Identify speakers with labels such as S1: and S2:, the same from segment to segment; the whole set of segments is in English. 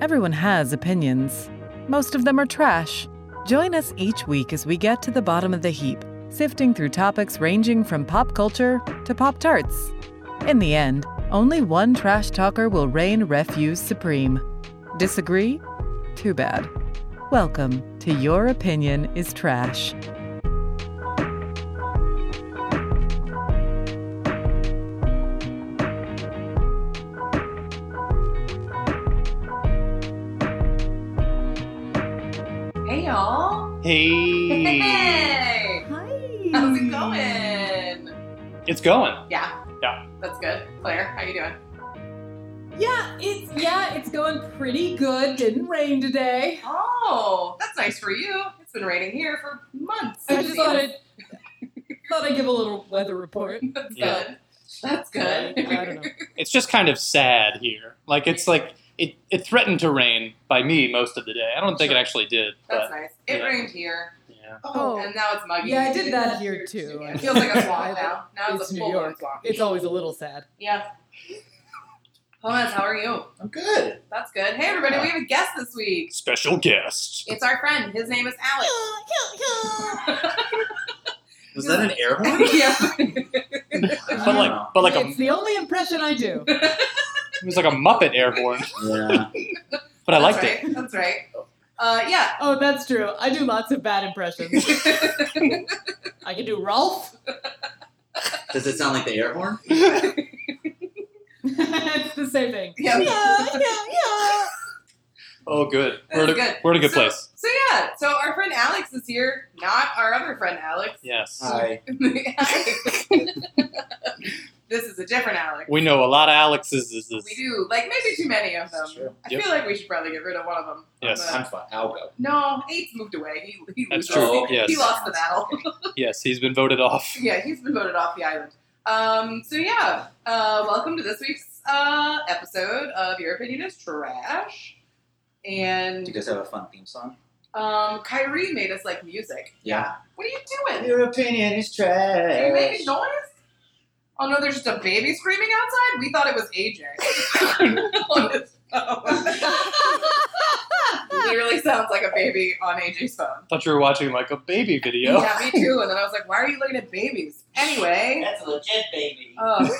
S1: Everyone has opinions. Most of them are trash. Join us each week as we get to the bottom of the heap, sifting through topics ranging from pop culture to Pop Tarts. In the end, only one trash talker will reign refuse supreme. Disagree? Too bad. Welcome to Your Opinion is Trash.
S2: Hey y'all.
S3: Hey,
S2: Hey.
S1: Hi.
S2: How's it going?
S3: it's going.
S2: Yeah.
S3: Yeah.
S2: That's good. Claire, how you doing?
S4: Yeah, it's yeah, it's going pretty good. Didn't rain today.
S2: Oh, that's nice for you. It's been raining here for months.
S4: I just thought I'd thought I'd give a little weather report.
S2: That's
S3: Yeah.
S2: good. That's
S4: I
S2: good.
S4: don't know.
S3: It's just kind of sad here. Like it's like it, it threatened to rain by me most of the day. I don't think it actually did,
S2: That's
S3: but
S2: nice. It
S3: Yeah.
S2: rained here.
S3: yeah.
S1: Oh.
S2: And now it's muggy.
S4: Yeah, I did that here too.
S2: Yeah, it feels like a swamp now. Now it's,
S4: It's
S2: a
S4: New
S2: full
S4: York.
S2: swamp.
S4: It's always a little sad.
S2: Yeah. Thomas, how are you?
S3: I'm good.
S2: That's good. Hey everybody, we have a guest this week.
S3: Special guest.
S2: It's our friend. His name is Alex.
S5: Was that an air horn?
S4: Oh,
S2: yeah.
S3: But like but like a
S4: it's the only impression I do.
S3: it was like a Muppet air horn.
S5: yeah.
S3: But I liked
S2: That's right. That's right. Uh, yeah.
S4: Oh, that's true. I do lots of bad impressions. I can do Rolf.
S5: Does it sound like the air horn?
S3: it.
S4: it's the same thing.
S2: Yeah.
S4: yeah.
S3: oh good.
S2: That's
S3: We're at a
S2: good.
S3: we're at a good
S2: So-
S3: place.
S2: So yeah, so our friend Alex is here, not our other friend Alex.
S3: Yes.
S5: Hi.
S2: this is a different Alex.
S3: We know a lot of Alex's is this.
S2: We do like maybe too many of them.
S5: That's true.
S2: I
S3: Yep.
S2: feel like we should probably get rid of one of them.
S3: Yes.
S2: But-
S5: I'm fine. I'll go.
S2: no, eight's moved away. He, he
S3: That's
S2: loses.
S3: true.
S2: He,
S3: yes.
S2: he lost the battle.
S3: Yes, he's been voted off.
S2: yeah, he's been voted off the island. Um, so yeah, uh, welcome to this week's uh, episode of Your Opinion is Trash.
S5: Do you
S2: And
S5: guys have a fun theme song?
S2: um, Kyrie made us like music.
S5: Yeah.
S2: What are you doing?
S5: Your opinion is trash.
S2: Are you making noise? Oh no, there's just a baby screaming outside? We thought it was AJ. On his phone. Literally sounds like a baby on AJ's phone.
S3: thought you were watching like a baby video.
S2: Yeah, me too. And then I was like, why are you looking at babies? Anyway.
S5: That's a legit baby.
S2: Oh.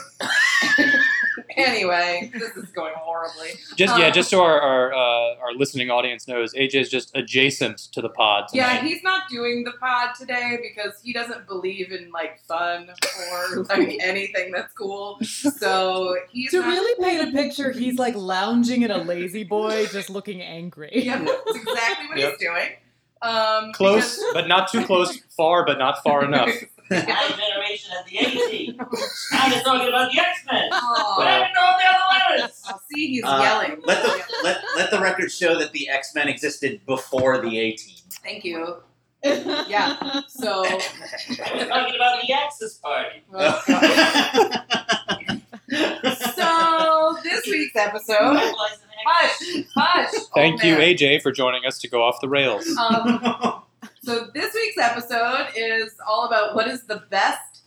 S2: anyway, this is going horribly.
S3: Just yeah,
S2: Um,
S3: just so our our, uh, our listening audience knows, AJ's just adjacent to the pod. Tonight.
S2: Yeah, he's not doing the pod today because he doesn't believe in like fun or like anything that's cool. So he's
S4: To
S2: not
S4: really paint a picture, he's like lounging in a lazy boy, just looking angry.
S2: Yeah, that's exactly what
S3: Yep.
S2: he's doing. Um,
S3: close, but not too close. Far, but not far enough.
S2: because-
S6: My generation at the 80. I'm just talking about the X-Men. What
S2: Aw.
S5: Well-
S3: Uh,
S6: happened to all the other letters?
S2: I'll oh, see, he's
S5: Uh,
S2: yelling.
S5: Let the let, let the record show that the X Men existed before the A Team.
S2: Thank you. Yeah. So, Oh,
S6: I'm talking about the Axis Party.
S2: well, so this week's episode.
S6: Mobilizing the Axis.
S2: Hush, hush. old
S3: Thank you,
S2: man.
S3: AJ, for joining us to go off the rails.
S2: Um, so this week's episode is all about what is the best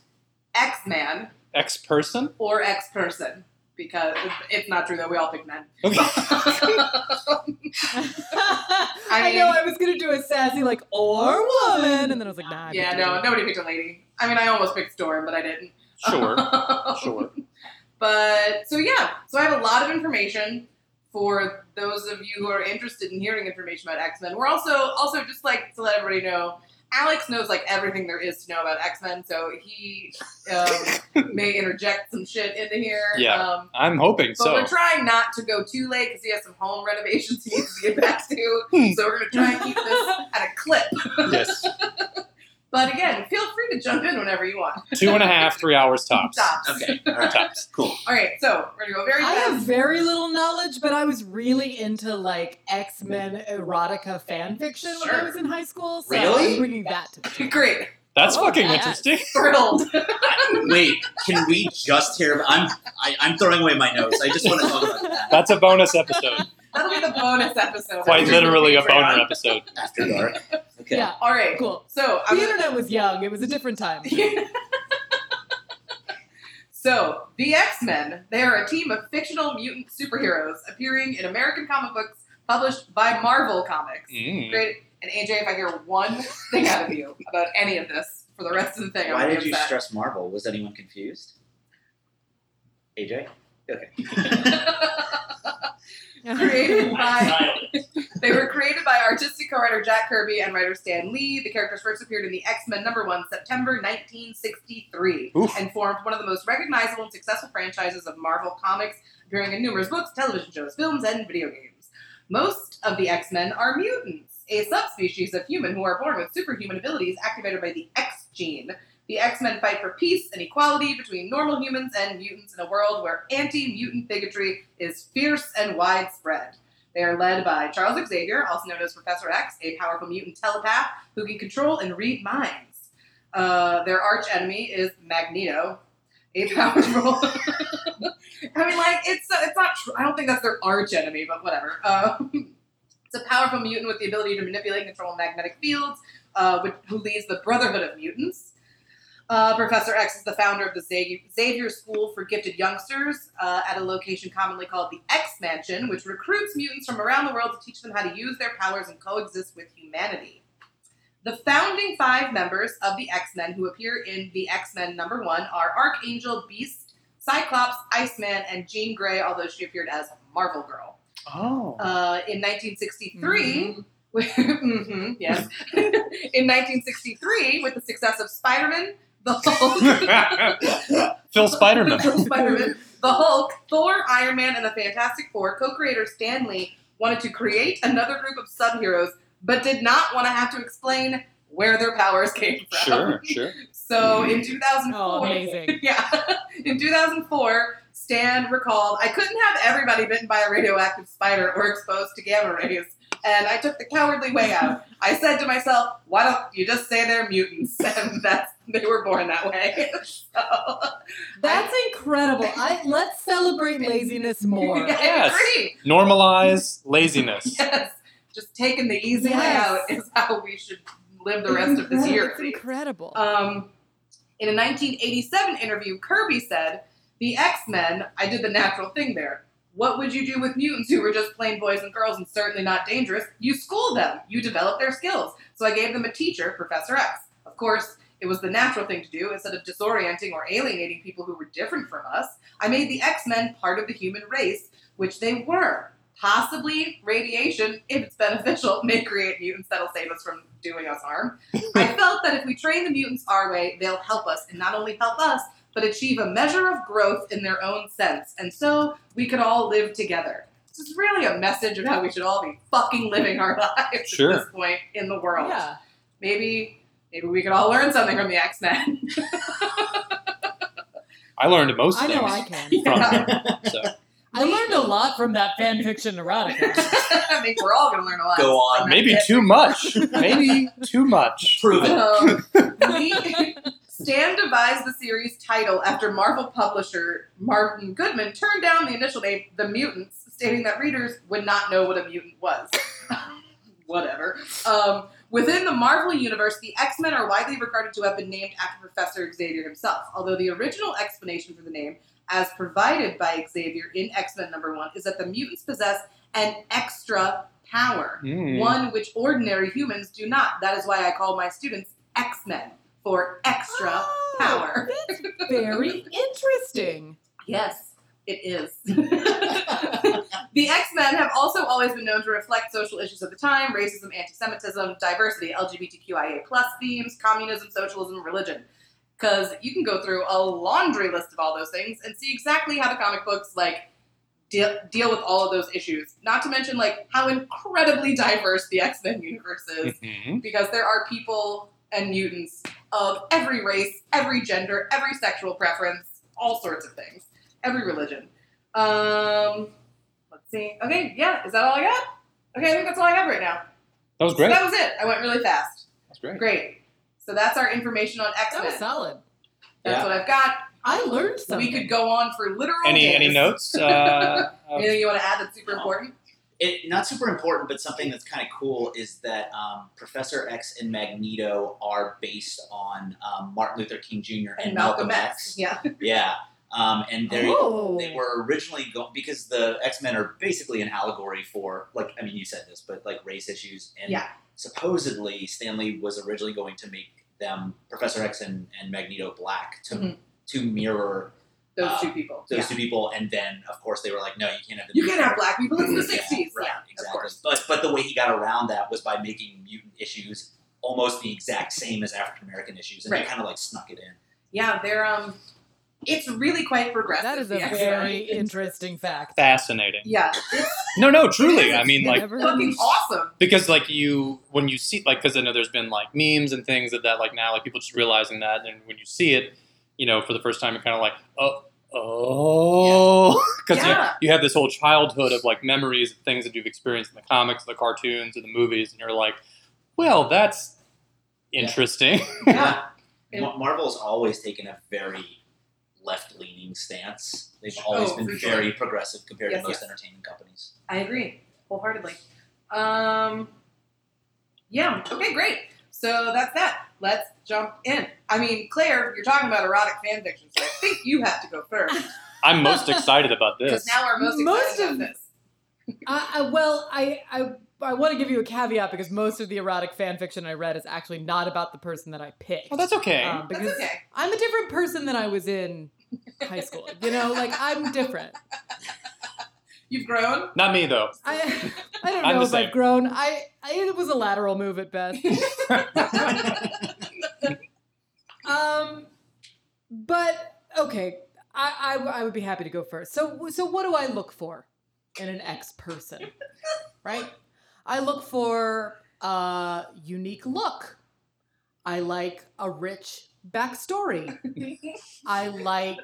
S2: X man
S3: X person.
S2: or X person because it's- it's not true that we all pick men.
S3: Okay.
S4: I, know I was gonna do a sassy like or woman, and then I was like, nah. I
S2: yeah,
S4: picked a
S2: no,
S4: woman.
S2: nobody picked a lady. I mean, I almost picked Storm, but I didn't.
S3: Sure, sure.
S2: But so yeah, so I have a lot of information for those of you who are interested in hearing information about X Men. We're also also just like to let everybody know, Alex knows like everything there is to know about X Men, so he um, may interject some shit into here.
S3: Yeah.
S2: Um,
S3: I'm hoping
S2: but
S3: so.
S2: we're trying not to go too late because he has some home renovations he needs to get back to.
S3: Hmm.
S2: so we're gonna try and keep this at a clip.
S3: Yes,
S2: But again, feel free to jump in whenever you want.
S3: two and a half, three hours tops.
S2: Stops.
S5: okay. All right.
S3: Tops.
S5: Cool.
S2: All right, so we're gonna go very
S4: I
S2: fast.
S4: have very little knowledge, but I was really into like X Men erotica fan fiction when I
S2: Sure.
S4: was in high school. So
S5: Really?
S4: I'm bringing that to the table.
S2: Great,
S3: That's
S4: Oh,
S3: fucking
S4: yes.
S3: interesting.
S2: thrilled.
S5: Wait. Can we just hear? about- I'm I, I'm throwing away my notes. I just want to talk about that
S3: That's a bonus episode.
S2: That'll be the bonus episode.
S3: Quite literally a
S2: Patreon.
S3: boner episode.
S5: after dark. Okay.
S4: Yeah,
S2: All right,
S4: cool.
S2: So
S4: The
S2: I'm gonna-
S4: internet was young; it was a different time.
S2: so the X Men. They are a team of fictional mutant superheroes appearing in American comic books published by Marvel Comics.
S3: Mm.
S2: Great. And AJ, if I hear one thing out of you about any of this for the rest of the thing,
S5: Why
S2: I'm
S5: did
S2: gonna be
S5: you
S2: upset.
S5: stress Marvel? Was anyone confused? AJ? Okay.
S2: Created
S6: I'm
S2: by
S6: silent.
S2: they were created by artistic co-writer Jack Kirby and writer Stan Lee. The characters first appeared in the X-Men number one, September 1963,
S3: Oof.
S2: and formed one of the most recognizable and successful franchises of Marvel Comics, appearing in numerous books, television shows, films, and video games. Most of the X-Men are mutants, a subspecies of human who are born with superhuman abilities activated by the X gene. The X-Men fight for peace and equality between normal humans and mutants in a world where anti-mutant bigotry is fierce and widespread. They are led by Charles Xavier, also known as Professor X, a powerful mutant telepath who can control and read minds. Uh, their arch enemy is Magneto, a powerful. I mean, like it's it's not. Tr- I don't think that's their arch enemy, but whatever. Um, it's a powerful mutant with the ability to manipulate and control magnetic fields, uh, which, who leads the Brotherhood of Mutants. Uh, Professor X is the founder of the Xavier, Xavier School for Gifted Youngsters uh, at a location commonly called the X Mansion, which recruits mutants from around the world to teach them how to use their powers and coexist with humanity. The founding five members of the X Men who appear in the X Men number one are Archangel, Beast, Cyclops, Iceman, and Jean Grey, although she appeared as Marvel Girl
S3: Oh.
S2: uh, in 1963. Mhm, yes. in 1963, with the success of Spider-Man, the Hulk,
S3: Phil Spiderman.
S2: Spider-Man, the Hulk, Thor, Iron Man, and the Fantastic Four, co-creator Stan Lee wanted to create another group of subheroes, but did not want to have to explain where their powers came from.
S3: Sure, sure.
S2: So in 2004,
S4: Oh, amazing.
S2: yeah. In 2004, Stan recalled, I couldn't have everybody bitten by a radioactive spider or exposed to gamma rays. And I took the cowardly way out. I said to myself, why don't you just say they're mutants? And that's, they were born that way. So,
S4: That's incredible. I let's celebrate laziness more.
S3: Yes.
S2: I agree.
S3: Normalize laziness.
S2: Yes. Just taking the easy way
S4: Yes.
S2: out is how we should live the rest of this year.
S4: It's incredible.
S2: Um, in a 1987 interview, Kirby said, The X Men, I did the natural thing there. What would you do with mutants who were just plain boys and girls and certainly not dangerous? You school them, you develop their skills. So I gave them a teacher, Professor X. Of course, it was the natural thing to do instead of disorienting or alienating people who were different from us. I made the X Men part of the human race, which they were. Possibly radiation, if it's beneficial, may create mutants that'll save us from doing us harm. I felt that if we train the mutants our way, they'll help us, and not only help us, but achieve a measure of growth in their own sense, and so we could all live together. This is really a message of how we should all be fucking living our lives
S3: Sure.
S2: at this point in the world.
S4: yeah.
S2: Maybe, maybe we could all learn something from the X Men.
S3: I learned most
S4: I
S3: things
S4: know I can.
S3: from him. So
S4: I learned a lot from that fan fiction erotica.
S2: I think we're all gonna learn a lot.
S5: Go on.
S3: maybe too much. Maybe too much.
S5: Prove it.
S2: Um, we- Stan devised the series title after Marvel publisher Martin Goodman turned down the initial name, The Mutants, stating that readers would not know what a mutant was. Whatever. Um, within the Marvel universe, the X Men are widely regarded to have been named after Professor Xavier himself, although the original explanation for the name, as provided by Xavier in X Men number one, is that the mutants possess an extra power
S3: Mm.
S2: one which ordinary humans do not. That is why I call my students X Men for extra
S4: Oh,
S2: power.
S4: That's very interesting.
S2: Yes, it is. the X Men have also always been known to reflect social issues of the time racism, anti Semitism, diversity, LGBTQIA themes, communism, socialism, religion. Because you can go through a laundry list of all those things and see exactly how the comic books, like, deal, deal with all of those issues. Not to mention, like, how incredibly diverse the X Men universe is.
S3: Mhm.
S2: because there are people and mutants of every race, every gender, every sexual preference, all sorts of things, every religion. Um, let's see. Okay, yeah, is that all I got? Okay, I think that's all I have right now.
S3: That was
S2: So
S3: great.
S2: that was it. I went really fast.
S3: That's great.
S2: Great. So that's our information on X
S4: That
S2: Men.
S4: was solid.
S2: That's
S5: Yeah.
S2: what I've got.
S4: I learned something.
S2: We could go on for literal
S3: Any
S2: days.
S3: any notes? Uh, of-
S2: Anything you want to add that's super
S5: No.
S2: important?
S5: It, not super important, but something that's kind of cool is that um, Professor X and Magneto are based on um, Martin Luther King Jr. and,
S2: Malcolm X. Yeah.
S5: Yeah. Um, and they
S4: oh.
S5: they were originally going because the X Men are basically an allegory for like I mean you said this but like race issues and
S2: Yeah.
S5: supposedly Stanley was originally going to make them Professor X and, and Magneto black to
S2: Mhm.
S5: to mirror
S2: Those
S5: Uh,
S2: two people.
S5: those
S2: yeah.
S5: two people and then of course they were like no you can't have the
S2: You can't have black people. It's
S5: Yeah,
S2: the 60s.
S5: right,
S2: yeah,
S5: exactly.
S2: of course.
S5: But but the way he got around that was by making mutant issues almost the exact same as African American issues, and
S2: Right.
S5: they kind of like snuck it in.
S2: Yeah, they're um, it's really quite progressive.
S4: That is a
S2: the X-Men.
S4: very interesting fact.
S3: Fascinating.
S2: yeah,
S3: No, no, truly. I mean,
S4: Yeah,
S3: like,
S4: never-
S2: fucking awesome.
S3: because like you when you see like because I know there's been like memes and things of that like now like people just realizing that and when you see it you know for the first time you're kind of like oh oh because you,
S2: Yeah.
S3: you have this whole childhood of like memories of things that you've experienced in the comics the cartoons and the movies and you're like well that's interesting
S2: Yeah.
S5: Ma- Marvel's always taken a very left leaning stance. They've always
S2: Oh,
S5: been
S2: for sure.
S5: very progressive compared
S2: Yes,
S5: to most
S2: yes.
S5: entertainment companies.
S2: I agree wholeheartedly. Um, yeah. Okay, great. So that's that. Let's jump in. I mean, Claire, you're talking about erotic fan fiction, so I think you have to go first
S3: I'm most excited about
S2: because
S3: this
S2: now we're most excited
S4: Most
S2: about
S4: of-
S2: this.
S4: I, I, Uh, well, I, I, I want to give you a caveat because most of the erotic fan fiction I read is actually not about the person that I picked.
S3: well that's okay
S4: Um,
S2: That's
S4: because
S2: okay.
S4: I'm a different person than I was in high school. You know, like I'm different.
S2: You've grown.
S3: not me though
S4: I, I don't
S3: I'm
S4: know
S3: the
S4: if
S3: same.
S4: I've grown. I, I it was a lateral move at best. um, but okay, I, I I would be happy to go first. So so what do I look for in an ex person? right, I look for a unique look. I like a rich backstory. I like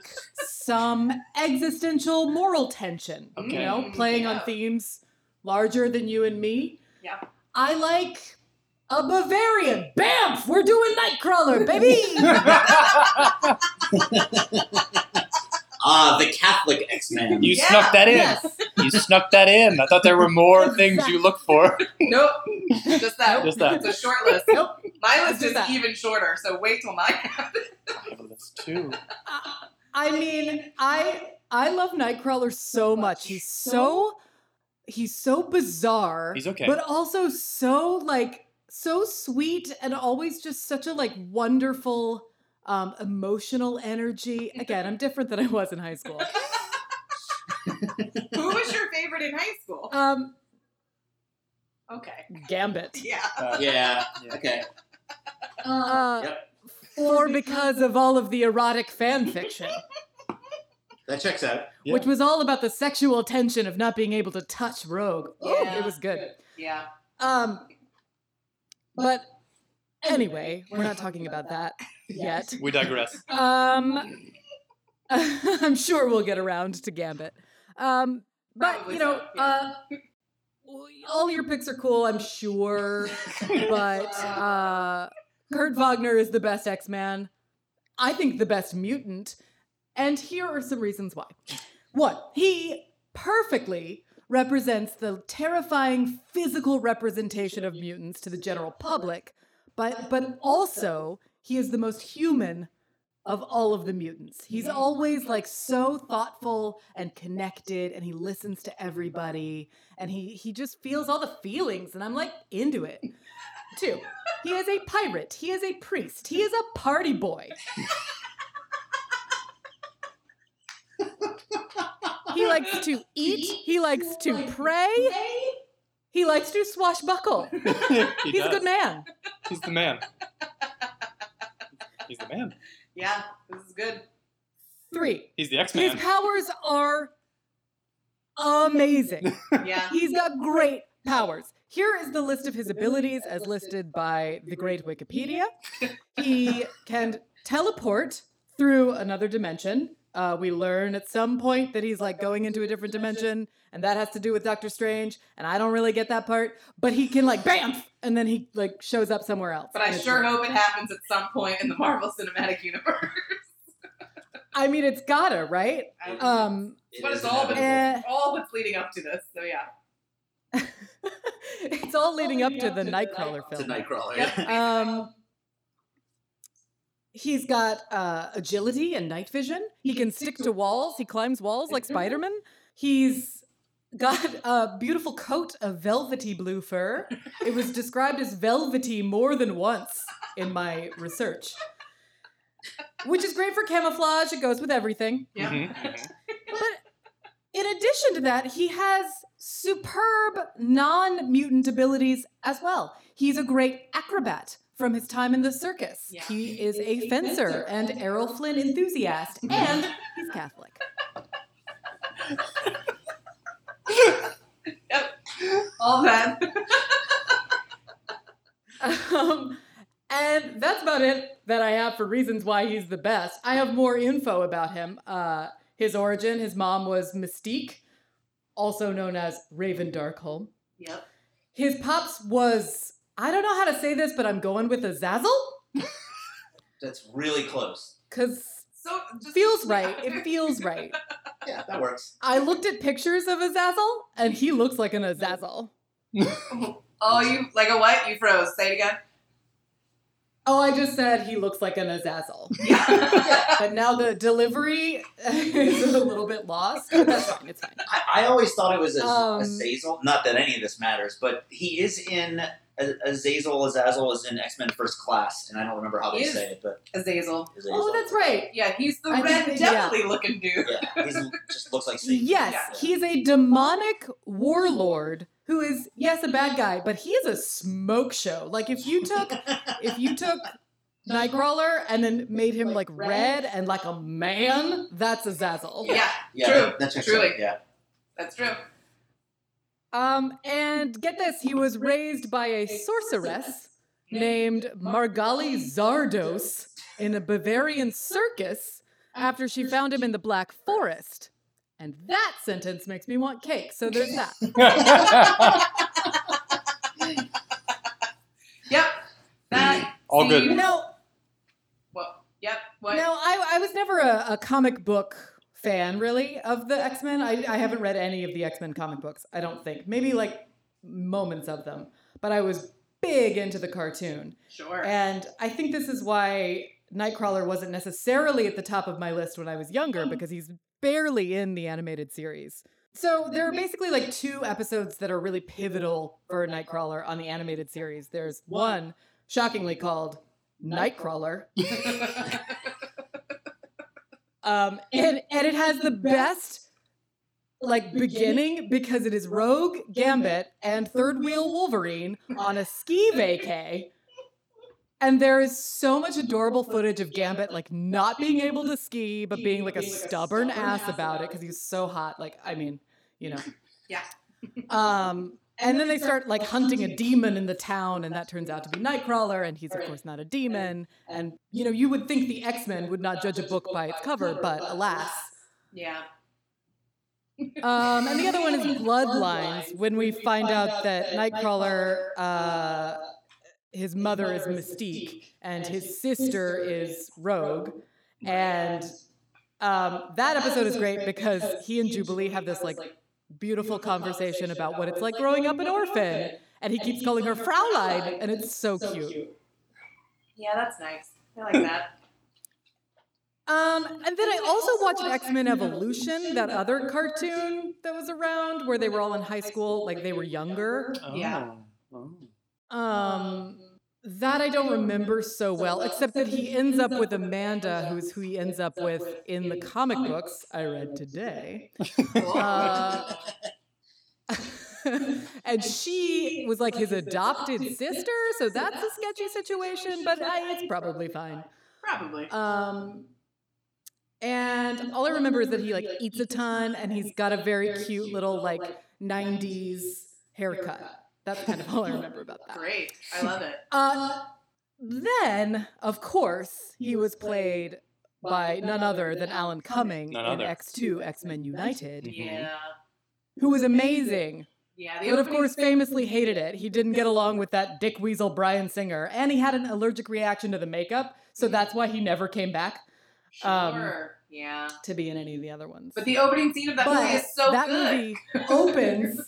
S4: some existential moral tension. You
S3: Okay.
S4: know, playing on
S2: Yeah.
S4: themes larger than you and me.
S2: Yeah.
S4: I like a Bavarian. Bamf! We're doing Nightcrawler, baby!
S5: Ah, the Catholic X Men.
S3: you
S2: Yeah,
S3: snuck that in
S4: yes.
S3: you snuck that in I thought there were more things you looked for
S2: Nope. Just that.
S3: Just that.
S2: It's a short list.
S4: Nope.
S2: My
S4: Just
S2: list is
S4: that.
S2: even shorter, so wait till mine.
S3: I have a list Oh, too
S4: I mean, I I love Nightcrawler so much. He's so he's so bizarre.
S3: He's okay.
S4: But also so like so sweet and always just such a like wonderful um emotional energy. Again, I'm different than I was in high school.
S2: Who was your favorite in high school?
S4: Um
S2: Okay.
S4: Gambit.
S2: Yeah.
S3: Uh,
S5: Yeah. Okay.
S4: Uh,
S5: Yep.
S4: Or because of all of the erotic fan fiction,
S5: That checks out.
S3: Yeah.
S4: which was all about the sexual tension of not being able to touch Rogue. Ooh,
S2: Yeah,
S4: Oh, it was good.
S2: Yeah.
S4: Um, but anyway, we're not talking about that yet.
S3: we digress
S4: Um, I'm sure we'll get around to Gambit. Um, but
S2: Probably
S4: you know,
S2: so, yeah.
S4: uh, w- all your picks are cool, I'm sure. But uh, Kurt Wagner is the best X Man. I think the best mutant. And here are some reasons why. One, he perfectly represents the terrifying physical representation of mutants to the general public, but but also he is the most human of all of the mutants. He's always like so thoughtful and connected and he listens to everybody and he he just feels all the feelings and I'm like into it. Two, he is a pirate, he is a priest, he is a party boy. He likes to eat, he likes to pray, he likes to swashbuckle.
S3: He
S4: He's a
S3: does.
S4: good man.
S3: He's the man. He's the man.
S2: Yeah. This is good.
S4: Three,
S3: He's the X
S4: his
S3: Man.
S4: powers are amazing.
S2: Yeah.
S4: He's got great powers. Here is the list of his abilities as listed by the great Wikipedia. He can teleport through another dimension. Uh, we learn at some point that he's like going into a different dimension, and that has to do with Doctor Strange. And I don't really get that part, but he can like bam, and then he like shows up somewhere else.
S2: But I
S4: And it's
S2: sure
S4: like-
S2: hope it happens at some point in the Marvel Cinematic Universe.
S4: I mean, it's gotta right.
S2: I don't know.
S4: Um,
S5: It
S2: But
S5: is
S2: it's all been-
S5: inevitable.
S4: eh,
S2: All that's leading up to this. So yeah.
S4: it's all leading up to the Nightcrawler
S5: It's a
S4: film.
S5: Nightcrawler.
S2: Yep.
S4: Um, He's got uh, agility and night vision. He can stick to walls. He climbs walls like Spider Man. He's got a beautiful coat of velvety blue fur. It was described as velvety more than once in my research, which is great for camouflage. It goes with everything.
S2: Yeah.
S3: Mhm, mhm.
S4: In addition to that, he has superb non mutant abilities as well. He's a great acrobat from his time in the circus.
S2: Yeah.
S4: He is a fencer and Errol Flynn enthusiast, and he's Catholic.
S2: All that.
S4: Um, and that's about it that I have for reasons why he's the best. I have more info about him. Uh, his origin, his mom was Mystique, also known as Raven Darkholm.
S2: Yep.
S4: His pops was, I don't know how to say this, but I'm going with a Zazzle
S5: That's really close.
S4: because
S2: So just
S4: feels right. It feels right.
S5: Yeah, that works.
S4: I looked at pictures of Azazel and he looks like an Azazel.
S2: Oh, you like a what? You froze. Say it again.
S4: Oh, I just said he looks like an Azazel.
S2: Yeah.
S4: But now the delivery is a little bit lost. But that's fine. It's fine.
S5: I, I always thought it was a,
S4: Um,
S5: a Zazel. Not that any of this matters, but he is in a, a Zazel. Azazel is in X Men First Class, and I don't remember how
S2: He
S5: they
S2: is.
S5: say it, but
S2: Azazel.
S5: Azazel.
S4: Oh, that's right.
S2: Yeah, he's the
S4: I
S2: red
S4: think-
S2: devilly looking dude.
S5: Yeah, he just looks like Satan.
S4: Yes, he's a demonic warlord who is yes a bad guy, but he is a smoke show. Like if you took if you took Nightcrawler and then made him like red and like a man, that's Azazel.
S2: Yeah,
S5: yeah,
S2: True.
S5: that- that's actually-
S2: Truly.
S5: Yeah,
S2: that's true.
S4: Um, and get this, he was raised by a sorceress named Margali Zardos in a Bavarian circus after she found him in the Black Forest. And that sentence makes me want cake, so there's that.
S2: Yep. That.
S3: All
S2: see,
S3: good.
S2: You know.
S4: No,
S2: What? Yep. What?
S4: no, I, I was never a, a comic book fan, really, of the X Men. I, I haven't read any of the X Men comic books, I don't think. Maybe like moments of them, but I was big into the cartoon.
S2: Sure.
S4: And I think this is why Nightcrawler wasn't necessarily at the top of my list when I was younger because he's barely in the animated series. So there are basically like two episodes that are really pivotal for Nightcrawler on the animated series. There's one shockingly called Nightcrawler. Um, and, and it has the best like beginning because it is Rogue, Gambit, and Third Wheel Wolverine on a ski vacay. And there is so much adorable footage of Gambit like not being able to ski, but being like a stubborn ass about it because he's so hot. Like, I mean, you know.
S2: Yeah.
S4: Um, and then they start like hunting a demon in the town, and that turns out to be Nightcrawler, and he's of course not a demon. And you know, you would think the X Men would not judge a book by its cover, but alas.
S2: yeah.
S4: Um, and the other one is Bloodlines. When we find out that Nightcrawler, uh, his mother is Mystique, and his sister is Rogue, and um, that episode is great because he and Jubilee have this like beautiful conversation about what it's like growing up an orphan, and he keeps calling her Fraulein, and it's so cute.
S2: Yeah, that's nice. I like that.
S4: Um, and then I also watched X Men Evolution, that other cartoon that was around where they were all in high school, like they were younger.
S3: Oh.
S2: Yeah.
S4: Um, that I don't remember so well, except that he ends up with Amanda, who's who he ends up with in the comic books I read today.
S2: Cool.
S4: Uh, and she was like his adopted sister, so that's a sketchy situation, but I, it's probably fine.
S2: Probably.
S4: Um, and all I remember is that he like eats a ton, and he's got a very cute little like '90s haircut. That's kind of all I remember about that.
S2: Great. I love it.
S4: Uh, then, of course, he was played by none other than Alan Cumming in
S3: None other.
S4: X2 X Men United,
S3: Mm-hmm.
S2: Yeah.
S4: who was amazing,
S2: Yeah. The
S4: but of
S2: opening
S4: course
S2: scene-
S4: famously hated it. He didn't get along with that dick weasel Brian Singer, and he had an allergic reaction to the makeup, so that's why he never came back
S2: Sure.
S4: um,
S2: yeah.
S4: to be in any of the other ones.
S2: But the opening scene of that
S4: But
S2: movie is so
S4: that
S2: good.
S4: movie opens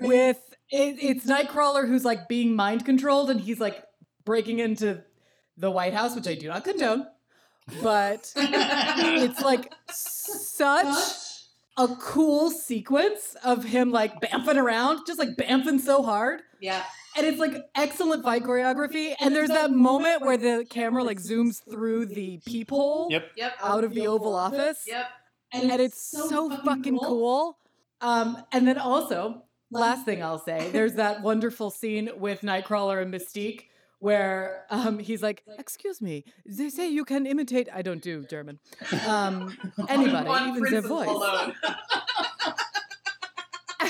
S4: with it, it's Nightcrawler who's like being mind controlled and he's like breaking into the White House, which I do not condone. but it's like such a cool sequence of him like bamfing around, just like bamfing so hard.
S2: yeah.
S4: And it's like excellent fight choreography. And there's that moment where the camera like zooms through the peephole
S3: Yep.
S2: Yep.
S4: out of the Oval Office.
S2: Yep.
S4: And it's so fucking cool. Um, and then also, last thing I'll say, there's that wonderful scene with Nightcrawler and Mystique where um, he's like, Excuse me, they say you can imitate, I don't do German, um, anybody,
S2: On
S4: even their
S2: principle
S4: voice.
S2: alone.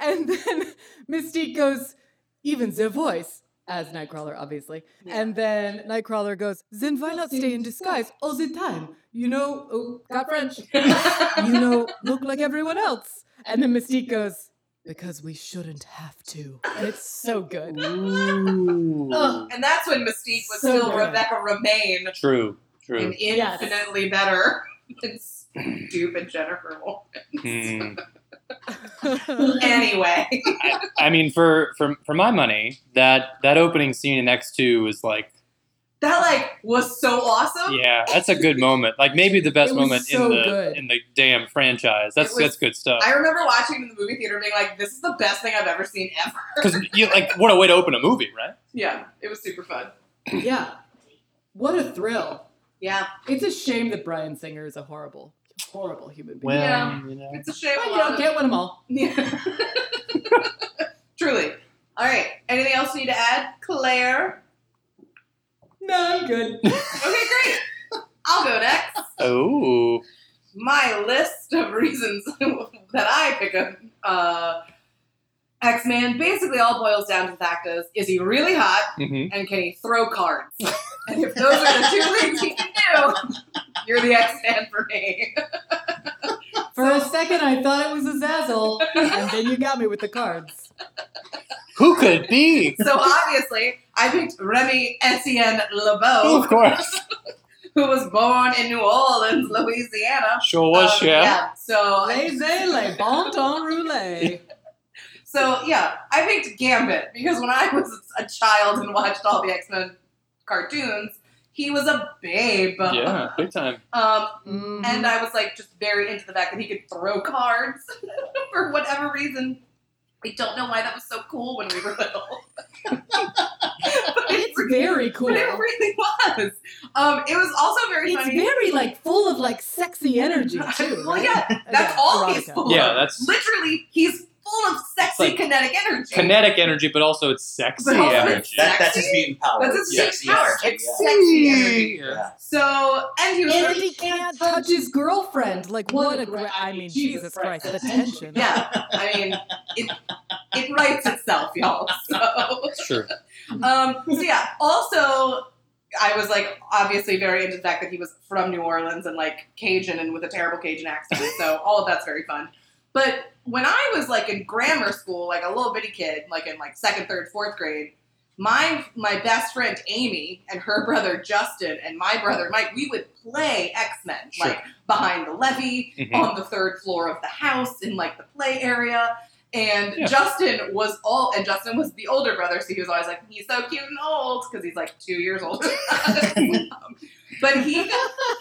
S4: and then Mystique goes, even the voice, as Nightcrawler, obviously.
S2: Yeah.
S4: And then Nightcrawler goes, then why not stay in disguise all the time? You know, oh, got French. you know, look like everyone else. And then Mystique goes, because we shouldn't have to. And it's so good.
S3: Ooh.
S2: And that's when Mystique was
S4: So
S2: still
S4: good.
S2: Rebecca Remain and
S3: True. True.
S4: Yes.
S2: infinitely better than stupid Jennifer Lawrence.
S3: Hmm.
S2: Anyway.
S3: I, I mean, for, for for my money, that that opening scene in X two is like,
S2: That like was so awesome.
S3: yeah, that's a good moment. Like maybe the best
S4: It was
S3: moment
S4: so
S3: in the
S4: good.
S3: in the damn franchise. That's
S2: It was-
S3: that's good stuff.
S2: I remember watching it in the movie theater being like, this is the best thing I've ever seen ever.
S3: Because you like, what a way to open a movie, right?
S2: Yeah, it was super fun.
S4: yeah. What a thrill.
S2: Yeah.
S4: It's a shame that Brian Singer is a horrible, horrible human being.
S3: Well,
S2: Yeah.
S3: you know.
S2: It's a shame.
S4: But,
S2: a
S4: you
S2: lot
S4: know,
S2: of-
S4: get one of them all.
S2: Yeah. Truly. All right. Anything else you need to add, Claire?
S4: No, I'm good.
S2: Okay, great. I'll go next.
S3: Oh,
S2: My list of reasons that I pick up uh, X Man basically all boils down to the fact is, is he really hot
S3: hmm
S2: and can he throw cards? and if those are the two things he can do, you're the X Man for me.
S4: For a second, I thought it was a Zazzle, and then you got me with the cards.
S3: who could it be?
S2: So obviously, I picked Remy Etienne LeBeau.
S3: of course,
S2: who was born in New Orleans, Louisiana.
S3: sure was,
S2: Um,
S3: yeah.
S2: So,
S4: Laissez les bon temps roulés.
S2: so yeah, I picked Gambit because when I was a child and watched all the X Men cartoons, he was a babe.
S3: Yeah, big time.
S2: Um,
S4: Mhm.
S2: and I was like just very into the fact that he could throw cards for whatever reason. I don't know why that was so cool when we were little. but, it,
S4: it's very cool.
S2: but it
S4: It's
S2: really was. Um, it was also very funny.
S4: very like full of like sexy energy too.
S2: well,
S4: right?
S2: yeah, That's
S4: Okay,
S2: all
S4: erotica.
S2: he's full
S3: Yeah,
S2: of.
S3: that's-
S2: literally he's full of sexy
S3: like
S2: kinetic energy.
S3: Kinetic energy, but also it's sexy
S2: But also it's
S3: energy.
S5: That, that's his
S2: Sexy?
S5: mutant power.
S2: That's his
S5: Sexy
S2: mutant power.
S5: energy,
S2: It's-
S5: yeah.
S2: Sexy energy.
S3: Yeah.
S2: So and he was
S4: And he can't touch his girlfriend. Like what a gra- I mean, Jesus Christ, the tension.
S2: yeah. I mean, it it writes itself, y'all. So
S3: It's true.
S2: um, so yeah. Also, I was like obviously very into the fact that he was from New Orleans and like Cajun and with a terrible Cajun accent. So all of that's very fun. But when I was like in grammar school, like a little bitty kid, like in like second, third, fourth grade, my my best friend Amy and her brother Justin and my brother Mike, we would play X Men
S3: Sure.
S2: like behind the levee,
S3: Mhm.
S2: on the third floor of the house in like the play area. And
S3: Yeah.
S2: Justin was all, and Justin was the older brother, so he was always like, he's so cute and old because he's like two years old. Um, but he he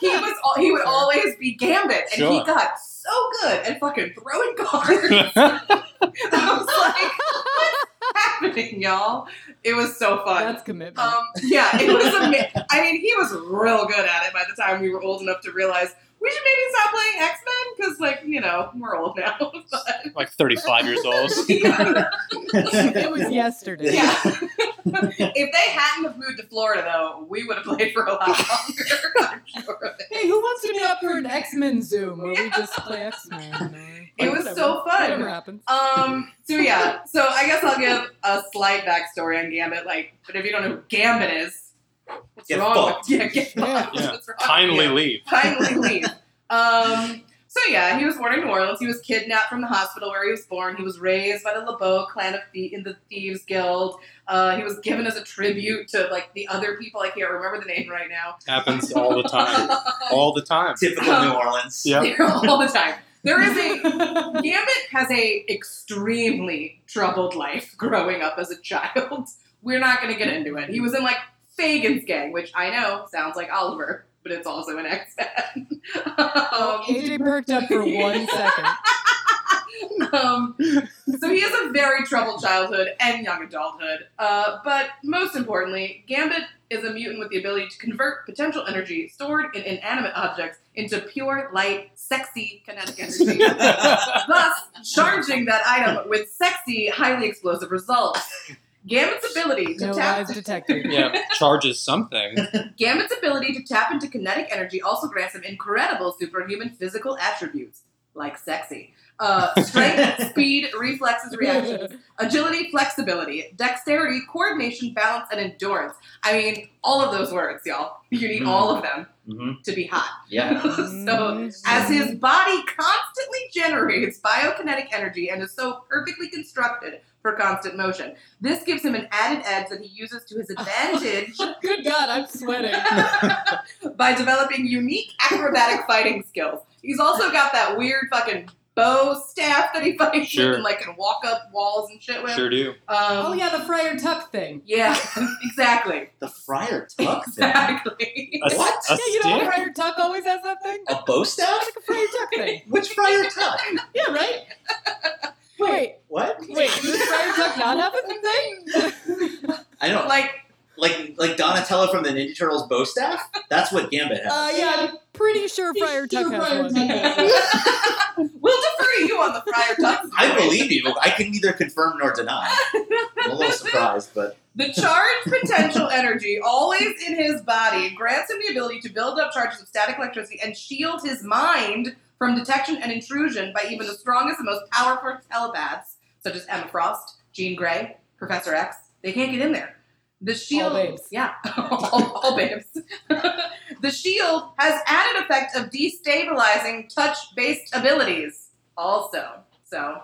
S2: was al- he would always be Gambit, and he
S3: Sure.
S2: got so good at fucking throwing cards.
S3: Mm-hmm.
S2: I was like, what's happening, y'all? It was so fun.
S4: That's commitment.
S2: Um, yeah, it was amazing. I mean, he was real good at it by the time we were old enough to realize we should maybe stop playing X Men because, like, you know, we're old now. But
S3: like 35 years old.
S2: yeah,
S4: it was yesterday.
S2: yeah. if they hadn't have moved to Florida, though, we would have played for a lot longer. I'm sure of it.
S4: Hey, who wants to be up for an X Men Zoom where we just play X Men?
S2: It was so fun.
S4: Whatever happens.
S2: Um. So yeah. So I guess I'll give a slight backstory on Gambit. Like, but if you don't know who Gambit is, what's
S5: Get
S2: wrong? with-
S5: fucked.
S2: Yeah, get
S4: Yeah.
S2: fucked.
S3: Yeah.
S2: What's wrong?
S3: Timely
S2: Yeah.
S3: leave.
S2: kindly leave. Um, so yeah, he was born in New Orleans. He was kidnapped from the hospital where he was born. He was raised by the LeBeau clan of the in the Thieves Guild. Uh, he was given as a tribute to like the other people. I can't remember the name right now.
S3: Happens all the time. All the time.
S5: Typical New Orleans.
S3: Yeah.
S2: all the time. There is a Gambit has a extremely troubled life growing up as a child. We're not going to get into it. He was in like Fagin's gang, which I know sounds like Oliver, but it's also an Um, X Men.
S4: AJ perked up for one second.
S2: Um, so he has a very troubled childhood and young adulthood. Uh, but most importantly, Gambit is a mutant with the ability to convert potential energy stored in inanimate objects into pure, light, sexy kinetic energy, thus charging that item with sexy, highly explosive results. Gambit's ability to
S4: No
S2: tap
S4: lies detected.
S3: yeah, charges something.
S2: Gambit's ability to tap into kinetic energy also grants him incredible superhuman physical attributes, like sexy. Uh, strength, speed, reflexes, reactions, agility, flexibility, dexterity, coordination, balance, and endurance. I mean, all of those words, y'all. You need all of them
S5: hmm
S2: to be hot
S5: Yeah.
S4: Mm-hmm.
S2: so as his body constantly generates biokinetic energy and is so perfectly constructed for constant motion, this gives him an added edge that he uses to his advantage
S4: Good God, I'm sweating.
S2: by developing unique acrobatic fighting skills. He's also got that weird fucking bow staff that he fights
S3: Sure.
S2: with and like can walk up walls and shit with.
S3: Sure do.
S2: Um,
S4: Oh yeah, the Friar Tuck thing.
S2: Yeah, exactly.
S5: The Friar Tuck thing.
S2: Exactly.
S3: A,
S5: What?
S3: A
S4: yeah, you know,
S3: stick?
S4: Friar Tuck always has that thing.
S5: A bow staff?
S4: Like a Friar Tuck thing.
S5: Which Friar Tuck?
S4: Yeah, right. Wait,
S5: What?
S4: wait. Does Friar Tuck not have a thing?
S5: I don't
S2: like,
S5: like like Donatello from the Ninja Turtles bow staff. That's what Gambit has.
S4: Uh, yeah, I'm pretty sure Friar Tuck has one.
S2: we'll defer to you on the Friar Tuck.
S5: I believe you. I can neither confirm nor deny. I'm a little surprised, but
S2: The charged potential energy always in his body grants him the ability to build up charges of static electricity and shield his mind from detection and intrusion by even the strongest and most powerful telepaths, such as Emma Frost, Jean Grey, Professor X. They can't get in there. The shield,
S4: babes.
S2: yeah, all, all babes. the shield has added effect of destabilizing touch-based abilities, also. So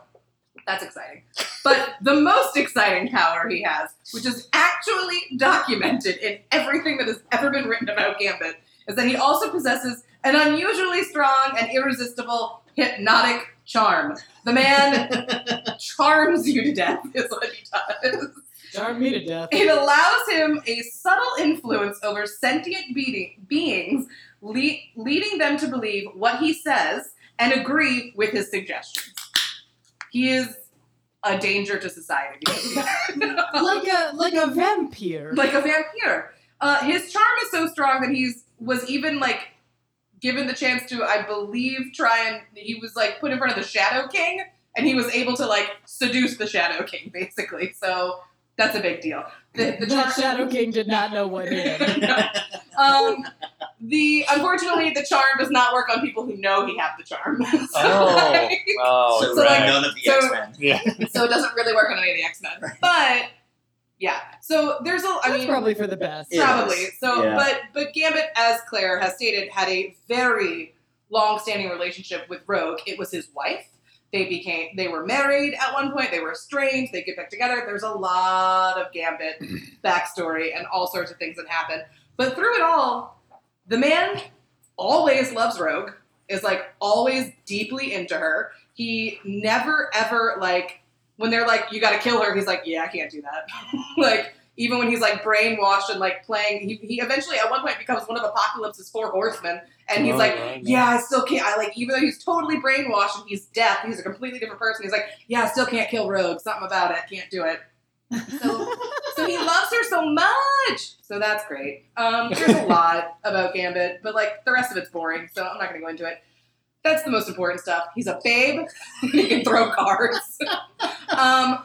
S2: that's exciting. But the most exciting power he has, which is actually documented in everything that has ever been written about Gambit, is that he also possesses an unusually strong and irresistible hypnotic charm. The man charms you to death, is what he does.
S4: Darn me to death.
S2: It allows him a subtle influence over sentient beating, beings, le- leading them to believe what he says and agree with his suggestions. He is a danger to society.
S4: Like a like a vampire.
S2: like a vampire. Uh, his charm is so strong that he's was even like given the chance to, I believe, try and he was like put in front of the Shadow King, and he was able to like seduce the Shadow King, basically. So that's a big deal. The, the charm-
S4: that Shadow King did not know what hit.
S2: um, the unfortunately, the charm does not work on people who know he have the charm. so,
S3: Oh, oh,
S5: so,
S2: so,
S5: right,
S2: like,
S5: none of the
S2: so-
S5: X Men.
S3: yeah.
S2: so it doesn't really work on any of the X Men. But yeah, so there's a. I
S4: That's
S2: mean,
S4: probably for the best.
S5: Yeah.
S2: Probably.
S5: Yes.
S2: So,
S5: Yeah.
S2: but but Gambit, as Claire has stated, had a very long-standing relationship with Rogue. It was his wife. They became. They were married at one point. They were estranged. They get back together. There's a lot of Gambit backstory and all sorts of things that happen. But through it all, the man always loves Rogue. Is like always deeply into her. He never ever like when they're like, "You got to kill her." He's like, "Yeah, I can't do that." like even when he's like brainwashed and like playing, he, he eventually at one point becomes one of Apocalypse's four horsemen, and he's
S3: Oh,
S2: like,
S3: right,
S2: "Yeah, I still can't." I like even though he's totally brainwashed and he's deaf, he's a completely different person. He's like, "Yeah, I still can't kill Rogue. Something about it. Can't do it." So, so he loves her so much. So that's great. Um, there's a lot about Gambit, but like the rest of it's boring, so I'm not gonna go into it. That's the most important stuff. He's a babe. he can throw cards. um,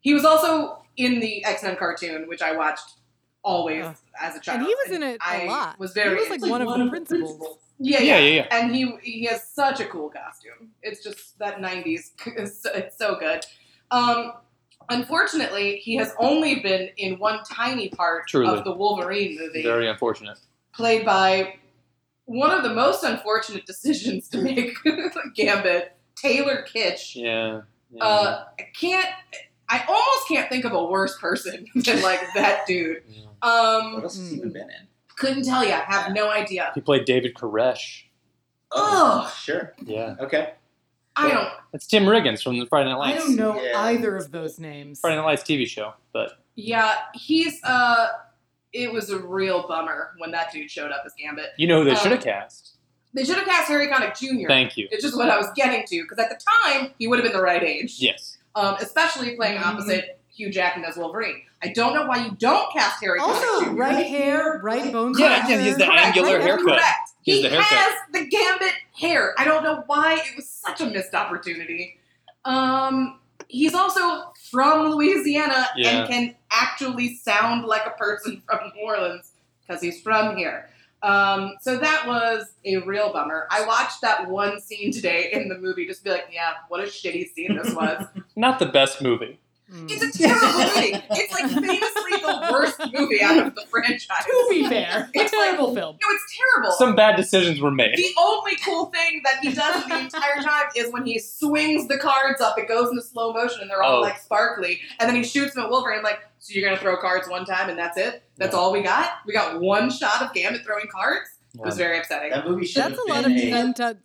S2: he was also in the X Men cartoon, which I watched always
S1: Ugh.
S2: as a child.
S1: And he was in it a
S2: I
S1: lot.
S2: Was very
S1: he was like one of the principals.
S2: yeah,
S3: Yeah,
S2: yeah,
S3: yeah, yeah.
S2: And he he has such a cool costume. It's just that '90s. is so- It's so good. Um, unfortunately, he has only been in one tiny part
S3: Truly.
S2: of the Wolverine movie,
S3: Very unfortunate.
S2: played by one of the most unfortunate decisions to make Gambit, Taylor Kitsch.
S3: Yeah. yeah.
S2: Uh, I can't. I almost can't think of a worse person than like that dude.
S3: Yeah.
S2: Um,
S5: What else has he even been in?
S2: couldn't tell you. I have no idea.
S3: He played David Koresh.
S2: Oh.
S5: sure.
S3: Yeah.
S5: Okay.
S2: I don't.
S3: That's Tim Riggins from the Friday Night
S4: I
S3: Lights.
S4: don't know
S5: Yeah.
S4: either of those names.
S3: Friday Night Lights TV show, but
S2: Yeah, he's uh it was a real bummer when that dude showed up as Gambit.
S3: You know who they
S2: Um,
S3: should have cast?
S2: They should have cast Harry Connick Jr.
S3: Thank you.
S2: It's just what I was getting to because at the time he would have been the right age.
S3: Yes.
S2: Um, especially playing opposite Hugh Jackman as Wolverine. I don't know why you don't cast Harry.
S4: Also,
S2: Connick Jr.
S4: right hair, right bone
S3: Yeah, yeah,
S4: structure.
S3: he has the angular
S2: right,
S3: haircut.
S2: Correct.
S3: He has
S2: He,
S3: the haircut.
S2: has the gambit hair. I don't know why it was such a missed opportunity. Um, he's also from Louisiana
S3: Yeah.
S2: and can actually sound like a person from New Orleans because he's from here. Um, so that was a real bummer. I watched that one scene today in the movie, just be like, yeah, what a shitty scene this was.
S3: Not the best movie.
S4: Mm.
S2: it's a terrible movie. It's like famously the worst movie out of the franchise.
S4: to be fair, a
S2: It's like-
S4: terrible film.
S2: No, it's terrible.
S3: Some bad decisions were made.
S2: The only cool thing that he does the entire time is when he swings the cards up, it goes into slow motion and they're all
S3: Oh.
S2: like sparkly. And then he shoots them at Wolverine, like, so you're gonna throw cards one time and that's it? That's
S3: Yeah.
S2: all we got? We got one shot of Gambit throwing cards? It was
S3: Yeah.
S2: very upsetting.
S5: That movie should
S4: That's
S5: have
S4: a lot of
S5: been
S4: unta-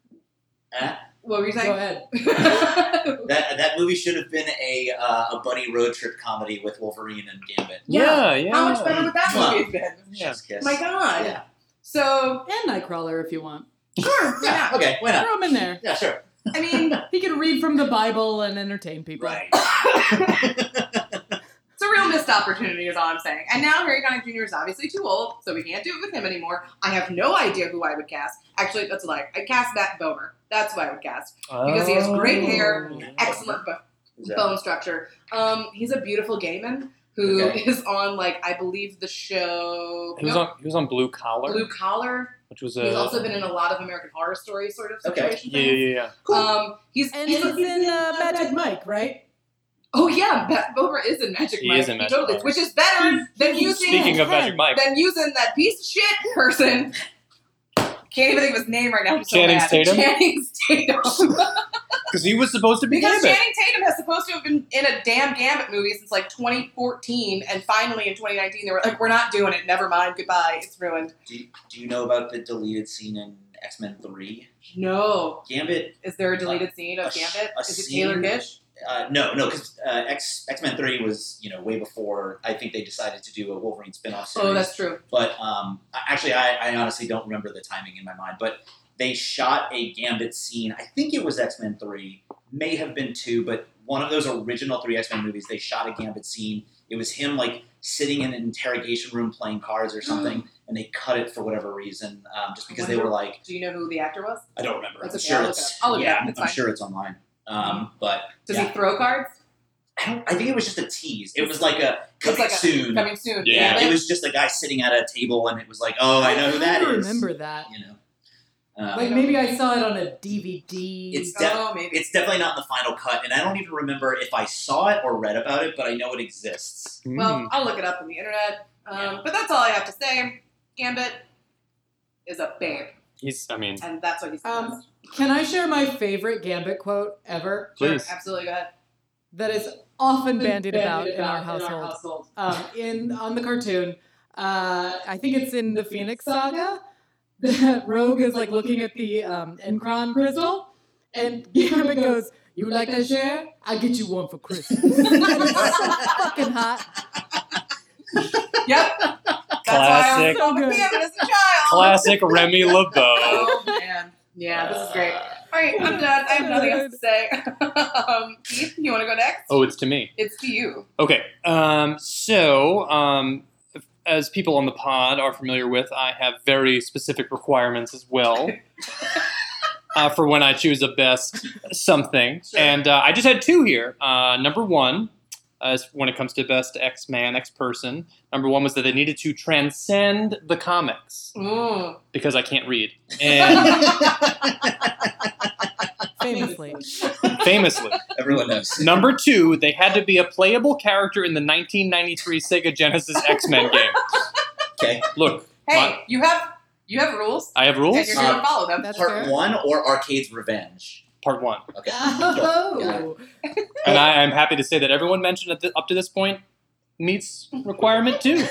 S5: eh?
S2: What were you
S4: Go
S2: saying?
S4: ahead.
S5: that that movie should have been a uh, a buddy road trip comedy with Wolverine and Gambit.
S3: yeah, yeah.
S2: How much better would that movie have been?
S3: Yeah.
S5: Chef's kiss.
S2: My god.
S5: Yeah.
S2: So
S4: And Nightcrawler if you want.
S2: sure, why
S5: Yeah.
S2: not?
S5: Okay. Why not?
S4: Throw him in there.
S5: Yeah. Sure.
S2: I mean,
S4: He could read from the Bible and entertain people.
S5: Right.
S2: It's a real missed opportunity, is all I'm saying. And now Harry Connick Jr. is obviously too old, so we can't do it with him anymore. I have no idea who I would cast. Actually, that's a lie. I cast Matt Bomer. That's who I would cast. Because he has great hair,
S3: Oh.
S2: Excellent bo-
S5: Is that-
S2: bone structure. Um, he's a beautiful gay man who is
S5: Okay.
S2: on like I believe the show
S3: He was on. He was on Blue Collar,
S2: Blue Collar.
S3: which was a.
S2: he's also been in a lot of American Horror Story sort of
S5: Okay.
S2: situation.
S3: yeah, yeah, yeah.
S5: Cool.
S2: Um, he's,
S4: And
S2: he's
S4: he's
S2: a-
S4: in uh, Magic Mike, right?
S2: oh yeah, Matt Bomer is in Magic
S3: He
S2: Mike.
S3: is in Magic
S2: totally,
S3: Mike.
S2: which is better than using
S3: Speaking of Magic Mike,
S2: than using that piece of shit person. Can't even think of his name right now. I'm so
S3: Channing
S2: mad.
S3: Tatum?
S2: Channing Tatum.
S3: because he was supposed to be
S2: because
S3: Gambit.
S2: Channing Tatum has supposed to have been in a damn Gambit movie since like 2014, and finally in 2019 they were like, "We're not doing it. Never mind. Goodbye. It's ruined."
S5: Do, you- do you know about the deleted scene in X Men Three?
S2: No.
S5: Gambit?
S2: Is there a deleted scene of Gambit?
S5: a
S2: Is it Taylor
S5: scene-
S2: Kish?
S5: Uh, no, no, because uh, X X Men Three was you know way before I think they decided to do a Wolverine spinoff series.
S2: Oh, that's true.
S5: But um, I- actually, I, I honestly don't remember the timing in my mind. But they shot a Gambit scene. I think it was X Men Three, may have been two, but one of those original three X Men movies. They shot a Gambit scene. It was him like sitting in an interrogation room playing cards or something, and they cut it for whatever reason, um, just because they were like,
S2: Do you know who the actor was?
S5: I don't remember.
S2: That's
S5: I'm
S2: okay,
S5: sure
S2: I'll look
S5: it's
S2: it up. I'll look it
S5: yeah,
S2: up, it's
S5: I'm
S2: fine.
S5: sure it's online. Um, but
S2: Does
S5: yeah.
S2: he throw cards?
S5: I, don't, I think it was just a tease. It was like a
S2: It's
S5: coming
S2: like a-
S5: soon.
S2: Coming soon.
S3: Yeah.
S5: yeah,
S2: Gambit?
S5: it was just a guy sitting at a table, and it was like, oh, I know who that
S4: I
S5: is.
S4: kinda remember that.
S5: you know. Um,
S4: Like maybe I saw it on a DVD.
S5: It's-
S2: oh, maybe.
S5: it's definitely not in the final cut, and I don't even remember if I saw it or read about it, but I know it exists.
S3: Hmm. Mm.
S2: Well, I'll look it up on the internet. Um, But that's all I have to say. Gambit is a babe,
S3: he's. I mean,
S2: and that's what he's.
S4: Um, Can I share my favorite Gambit quote ever
S2: sure,
S3: please.
S2: absolutely go ahead.
S4: that is often bandied about in our
S7: about in our
S4: household?
S7: household.
S4: Um, in on the cartoon, uh, I think it's in the Phoenix Saga that Rogue is like looking at the um, Encron crystal, and Gambit goes, "You like that share? I get you one for Christmas." It's so fucking hot.
S2: Yep. That's why I
S3: Classic.
S2: was so
S4: So good.
S2: Gambit as a child.
S3: Classic Remy LeBeau.
S2: Oh man. Yeah, this is great. All right, I'm done. I have nothing else to say. um, Keith, you want to go next?
S3: Oh, it's to me.
S2: It's to you.
S3: Okay. Um, so, um, as people on the pod are familiar with, I have very specific requirements as well uh, for when I choose a best something.
S2: Sure.
S3: And uh, I just had two here. Uh, number one, as when it comes to best X man, X person, number one was that they needed to transcend the comics
S2: Mm.
S3: because I can't read. And
S5: Uh,
S4: Famously,
S3: famously,
S5: Everyone knows.
S3: Number two, they had to be a playable character in the 1993 Sega Genesis X Men game.
S5: Okay.
S3: Look,
S2: Hey,
S3: Fine.
S2: you have you have rules,
S3: I have
S2: and
S3: rules.
S2: you're here to
S5: Uh,
S2: follow them.
S4: that's
S5: Part
S4: fair.
S5: one or Arcade's Revenge.
S3: Part one.
S5: Okay.
S4: Oh.
S3: And I am happy to say that everyone mentioned at the, up to this point meets requirement two.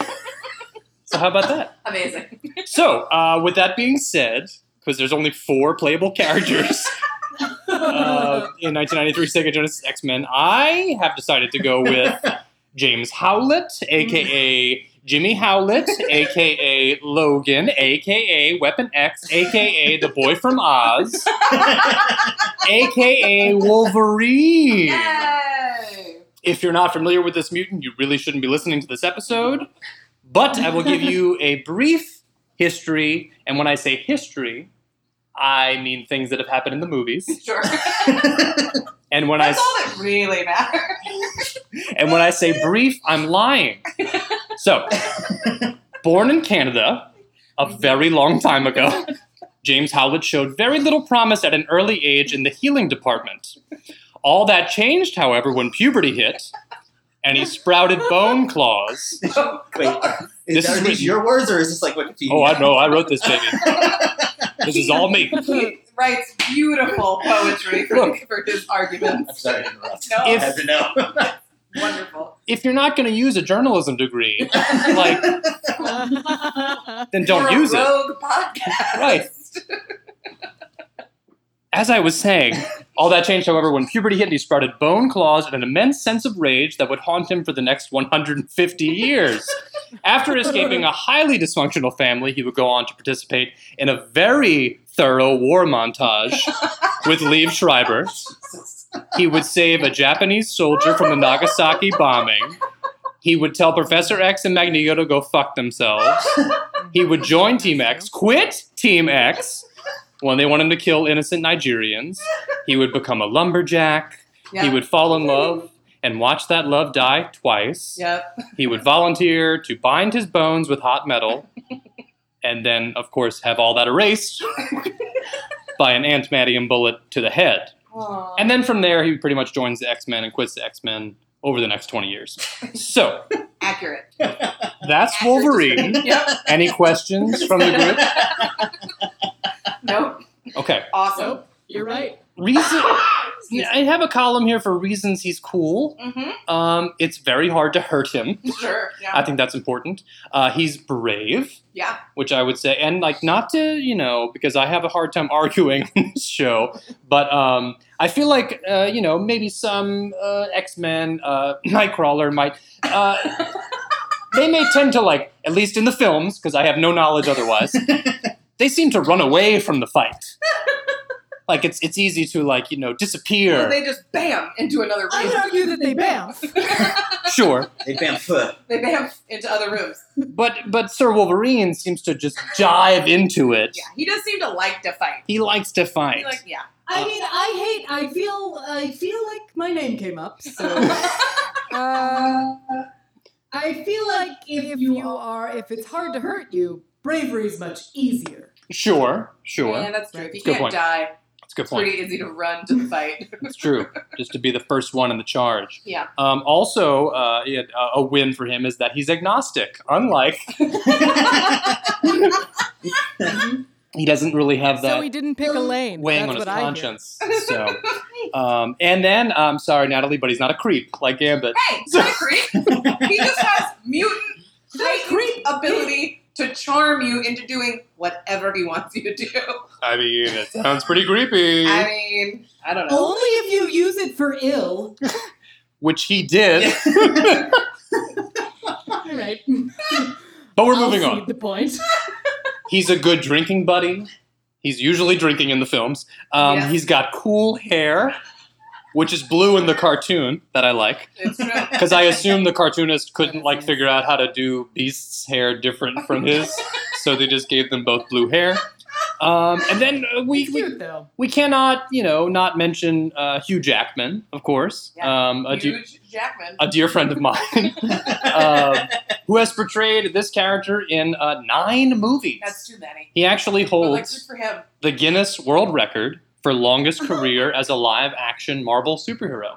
S3: So, how about that?
S2: Amazing.
S3: So, uh, with that being said, because there's only four playable characters uh, in 1993 Sega Genesis X Men, I have decided to go with James Howlett, aka Jimmy Howlett, aka Logan, aka Weapon X, aka the boy from Oz, aka Wolverine.
S2: Yay!
S3: If you're not familiar with this mutant, you really shouldn't be listening to this episode. But I will give you a brief history, and when I say history, I mean things that have happened in the movies.
S2: Sure.
S3: And when I
S2: That's
S3: s-
S2: all that really matters.
S3: and when I say brief, I'm lying. So, born in Canada a very long time ago, James Howlett showed very little promise at an early age in the healing department. All that changed, however, when puberty hit and he sprouted bone claws.
S5: Wait, is
S3: This
S5: that-
S3: is
S5: are these
S3: written-
S5: your words or is this like Wikipedia?
S3: Oh, I know, I wrote this baby. This is all me.
S2: He writes beautiful poetry for,
S3: Look.
S2: for his
S5: I'm
S2: arguments.
S5: sorry to interrupt.
S2: No.
S5: I had to know.
S2: Wonderful.
S3: If you're not going to use a journalism degree, like, then don't
S2: We're
S3: use
S2: a
S3: it.
S2: rogue podcast.
S3: Right. As I was saying, all that changed, however, when puberty hit and he sprouted bone claws and an immense sense of rage that would haunt him for the next 150 years. After escaping a highly dysfunctional family, he would go on to participate in a very thorough war montage with Liev Schreiber. He would save a Japanese soldier from the Nagasaki bombing. He would tell Professor X and Magneto to go fuck themselves. He would join Team X, quit Team X when they want him to kill innocent Nigerians. He would become a lumberjack.
S2: Yeah.
S3: He would fall in love and watch that love die twice.
S2: Yep.
S3: He would volunteer to bind his bones with hot metal and then, of course, have all that erased by an antimatium bullet to the head.
S2: Aw.
S3: And then from there, he pretty much joins the X Men and quits the X Men over the next 20 years. So
S2: accurate.
S3: that's Wolverine.
S2: Yep.
S3: Any questions from the group?
S2: Nope.
S3: Okay.
S2: Awesome.
S4: Nope. You're right.
S3: Reason. I have a column here for reasons he's cool.
S2: Mm-hmm.
S3: Um, it's very hard to hurt him.
S2: Sure. Yeah.
S3: I think that's important. Uh, he's brave,
S2: yeah.
S3: which I would say, and like not to you know because I have a hard time arguing on this show, but um, I feel like uh, you know maybe some uh, X Men uh, Nightcrawler might. Uh, They may tend to like, at least in the films, because I have no knowledge otherwise. they seem to run away from the fight. Like it's it's easy to like you know disappear.
S2: Well, they just bam into another room.
S4: I would argue that they bamf.
S3: sure,
S5: They bam foot.
S2: They bam into other rooms.
S3: But but Sir Wolverine seems to just dive into it.
S2: Yeah. He does seem to like to fight.
S3: He likes to fight.
S2: He like, yeah.
S4: I mean, I hate. I feel. I feel like my name came up. So. Uh, I feel like if, you, are, if it's hard to hurt you, bravery is much easier.
S3: sure, sure.
S2: Yeah, that's true. If you
S3: Good
S2: can't
S3: point.
S2: die,
S3: That's a good
S2: it's
S3: point.
S2: pretty easy to run to the fight.
S3: It's true. Just to be the first one in the charge.
S2: Yeah.
S3: Um, also, uh, yeah, a- a win for him is that he's agnostic. Unlike he doesn't really have
S1: So
S3: that
S1: he didn't pick a lane.
S3: weighing
S1: That's
S3: on his
S1: what I hear.
S3: conscience. So, um, and then I'm sorry, Natalie, but he's not a creep like Gambit.
S2: hey, he's not a creep. He just has mutant creep ability to charm you into doing whatever he wants you to do.
S3: I mean, it sounds pretty creepy.
S2: I mean, I don't know.
S4: Only if you use it for ill.
S3: Which he did.
S4: All right.
S3: but we're moving
S4: I'll
S3: on.
S4: cede The point.
S3: He's a good drinking buddy. He's usually drinking in the films. Um,
S2: Yes.
S3: He's got cool hair, which is blue in the cartoon that I like.
S2: It's true.
S3: Because I assume the cartoonist couldn't like figure out how to do Beast's hair different from his, so they just gave them both blue hair. Um, and then uh, we,
S4: It's
S3: we
S4: cute though.
S3: we cannot you know not mention uh, Hugh Jackman, of course,
S2: Yeah.
S3: um, a, de-
S2: Huge Jackman.
S3: a dear friend of mine, um, who has portrayed this character in uh, nine movies.
S2: That's too many.
S3: he actually
S2: But
S3: holds
S2: like, good for him.
S3: the Guinness World Record for longest career as a live action Marvel superhero.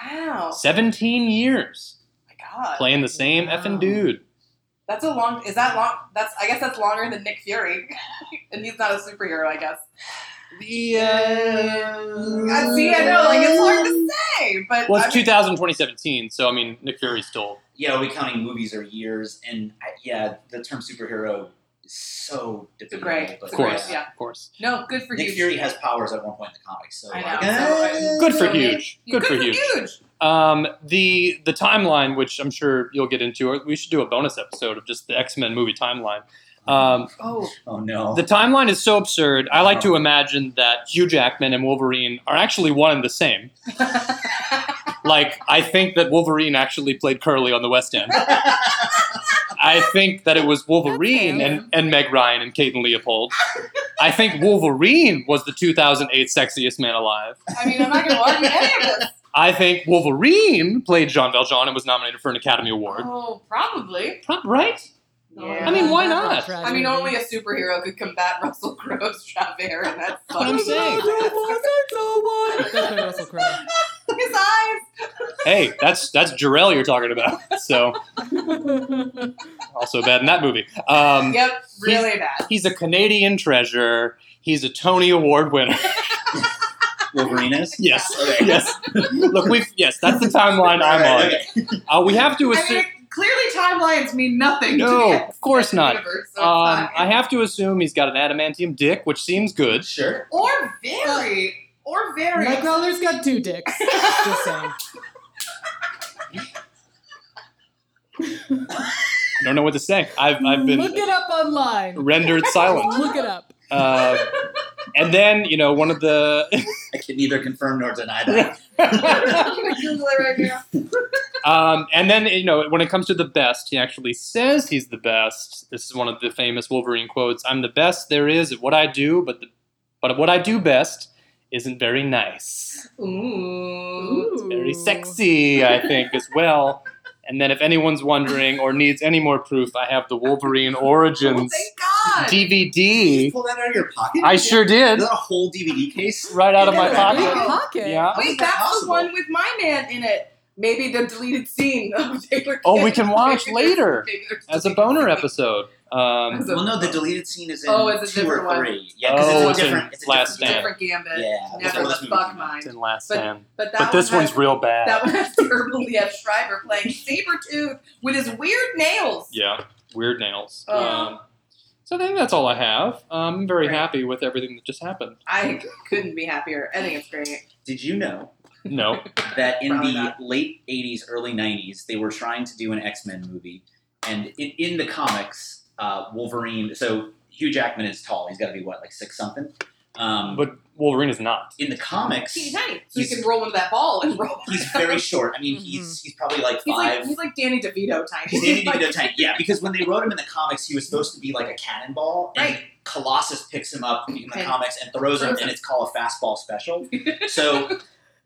S2: Wow. Oh
S3: 17 years
S2: my God.
S3: playing the same
S4: Wow.
S3: effing dude.
S2: That's a long. Is that long? That's. I guess that's longer than Nick Fury, and he's not a superhero. I guess.
S3: The,
S2: I see. I know. Like it's hard to say, but
S3: Well,
S2: I
S3: it's 2000, 2017, so I mean, Nick Fury's still.
S5: Yeah, we counting movies or years, and I, yeah, the term superhero is so debatable.
S2: great.
S5: But
S3: Of course.
S2: Yeah.
S3: Of course.
S2: no. Good for
S5: Nick
S2: Huge.
S5: Fury has powers at one point in the comics, so
S2: I know.
S5: like, eh.
S2: So, I-
S3: Good for
S2: So maybe-
S3: Huge. Good for Huge.
S2: Huge.
S3: Um, the the timeline, which I'm sure you'll get into, or we should do a bonus episode of just the X Men movie timeline. Um,
S2: Oh,
S5: Oh no.
S3: the timeline is so absurd. I like to imagine that Hugh Jackman and Wolverine are actually one and the same. like I think that Wolverine actually played Curly on the West End. I think that it was Wolverine
S4: That's
S3: and, and Meg Ryan and Caden Leopold. I think Wolverine was the 2008 sexiest man alive.
S2: I mean, I'm not going to argue any of this.
S3: I think Wolverine played Jean Valjean and was nominated for an Academy Award.
S2: Oh, probably.
S3: Pro- Right?
S2: Yeah.
S3: I mean, why
S4: That's
S3: not?
S2: I mean,
S4: tragedy.
S2: only a superhero could combat Russell Crowe's Javert, and that's
S3: what I'm saying.
S4: That's my Russell Crowe.
S2: His eyes.
S3: Hey, that's that's Jarrell you're talking about. So also bad in that movie. Um,
S2: Yep, really bad.
S3: He's a Canadian treasure. He's a Tony Award winner.
S5: Wolverine is.
S3: Yes,
S5: Okay.
S3: yes. Look, we've yes. That's the timeline I'm
S5: Okay.
S3: on. Uh, we have to
S2: I
S3: assume.
S2: mean, clearly timelines mean nothing.
S3: No,
S2: to the
S3: of course not.
S2: Universe, so it's
S3: Um, I
S2: fine.
S3: have to assume he's got an adamantium dick, which seems good.
S5: Sure.
S2: or very, or very.
S4: Nightcrawler's got two dicks. Just saying.
S3: I don't know what to say. I've I've
S4: Look
S3: been
S4: it up online.
S3: rendered silent.
S4: Look it up.
S3: Uh, and then you know one of the
S5: I can neither confirm nor deny that.
S2: I'm gonna Google it right now.
S3: Um, and then you know when it comes to the best, he actually says he's the best. This is one of the famous Wolverine quotes: "I'm the best there is at what I do, but the, but what I do best isn't very nice,
S2: Ooh.
S3: very sexy, I think as well." And then if anyone's wondering or needs any more proof, I have the Wolverine
S2: Oh,
S3: Origins
S2: thank God.
S5: Did you
S3: DVD.
S5: pull that out of your pocket?
S3: I sure
S5: Is
S3: did,
S5: that a whole DVD case?
S3: right out of my
S4: Look at that
S3: pocket.
S4: pocket.
S3: Yeah.
S5: How is
S2: Wait,
S5: that
S2: that's the
S5: possible?
S2: one with my man in it. Maybe the deleted scene of Taylor.
S3: Oh,
S2: Kidd.
S3: we can watch
S2: Maybe there's-
S3: later
S2: maybe there's
S3: as a
S2: deleted
S3: boner
S2: scene.
S3: episode. Um,
S2: As a-
S5: Well, no, the deleted scene is in
S2: Oh, it's a
S5: two or
S2: different one.
S5: three. Yeah, because
S3: Oh, it's
S5: it's a
S3: in
S5: different. It's a
S3: Last
S5: different,
S3: Stand.
S2: different gambit.
S5: Yeah, that's
S2: Never
S5: what
S2: the
S5: this movie
S2: fuck
S5: came out.
S2: mine.
S3: it's in Last
S2: But-
S3: Stand,
S2: But that
S3: but this
S2: one
S3: one's
S2: has,
S3: real bad.
S2: That one has terrible Liev Schreiber playing Sabretooth with his weird nails.
S3: Yeah, weird nails.
S2: Oh.
S3: Um, so I think that's all I have. Um, I'm very
S2: Great.
S3: happy with everything that just happened.
S2: I couldn't be happier. I think it's great.
S5: Did you know
S3: No,
S5: that in
S2: Probably
S5: the
S2: not.
S5: late '80s, early '90s, they were trying to do an X-Men movie, and in, in the comics, uh, Wolverine. So Hugh Jackman is tall. He's got to be what, like six something. Um,
S3: but Wolverine is not.
S5: in the comics,
S2: He's
S5: he's
S2: tiny, so he
S5: He's-
S2: can roll into that ball and roll.
S5: very short. I mean, he's he's probably like
S2: Mm-hmm. He's
S5: five.
S2: like he's like Danny DeVito tiny.
S5: He's Danny
S2: Like,
S5: DeVito tiny. Yeah, because when they wrote him in the comics, he was supposed to be like a cannonball, and
S2: Right.
S5: Colossus picks him up in the
S2: And
S5: comics and throws him,
S2: throws him.
S5: and it's called a fastball special. so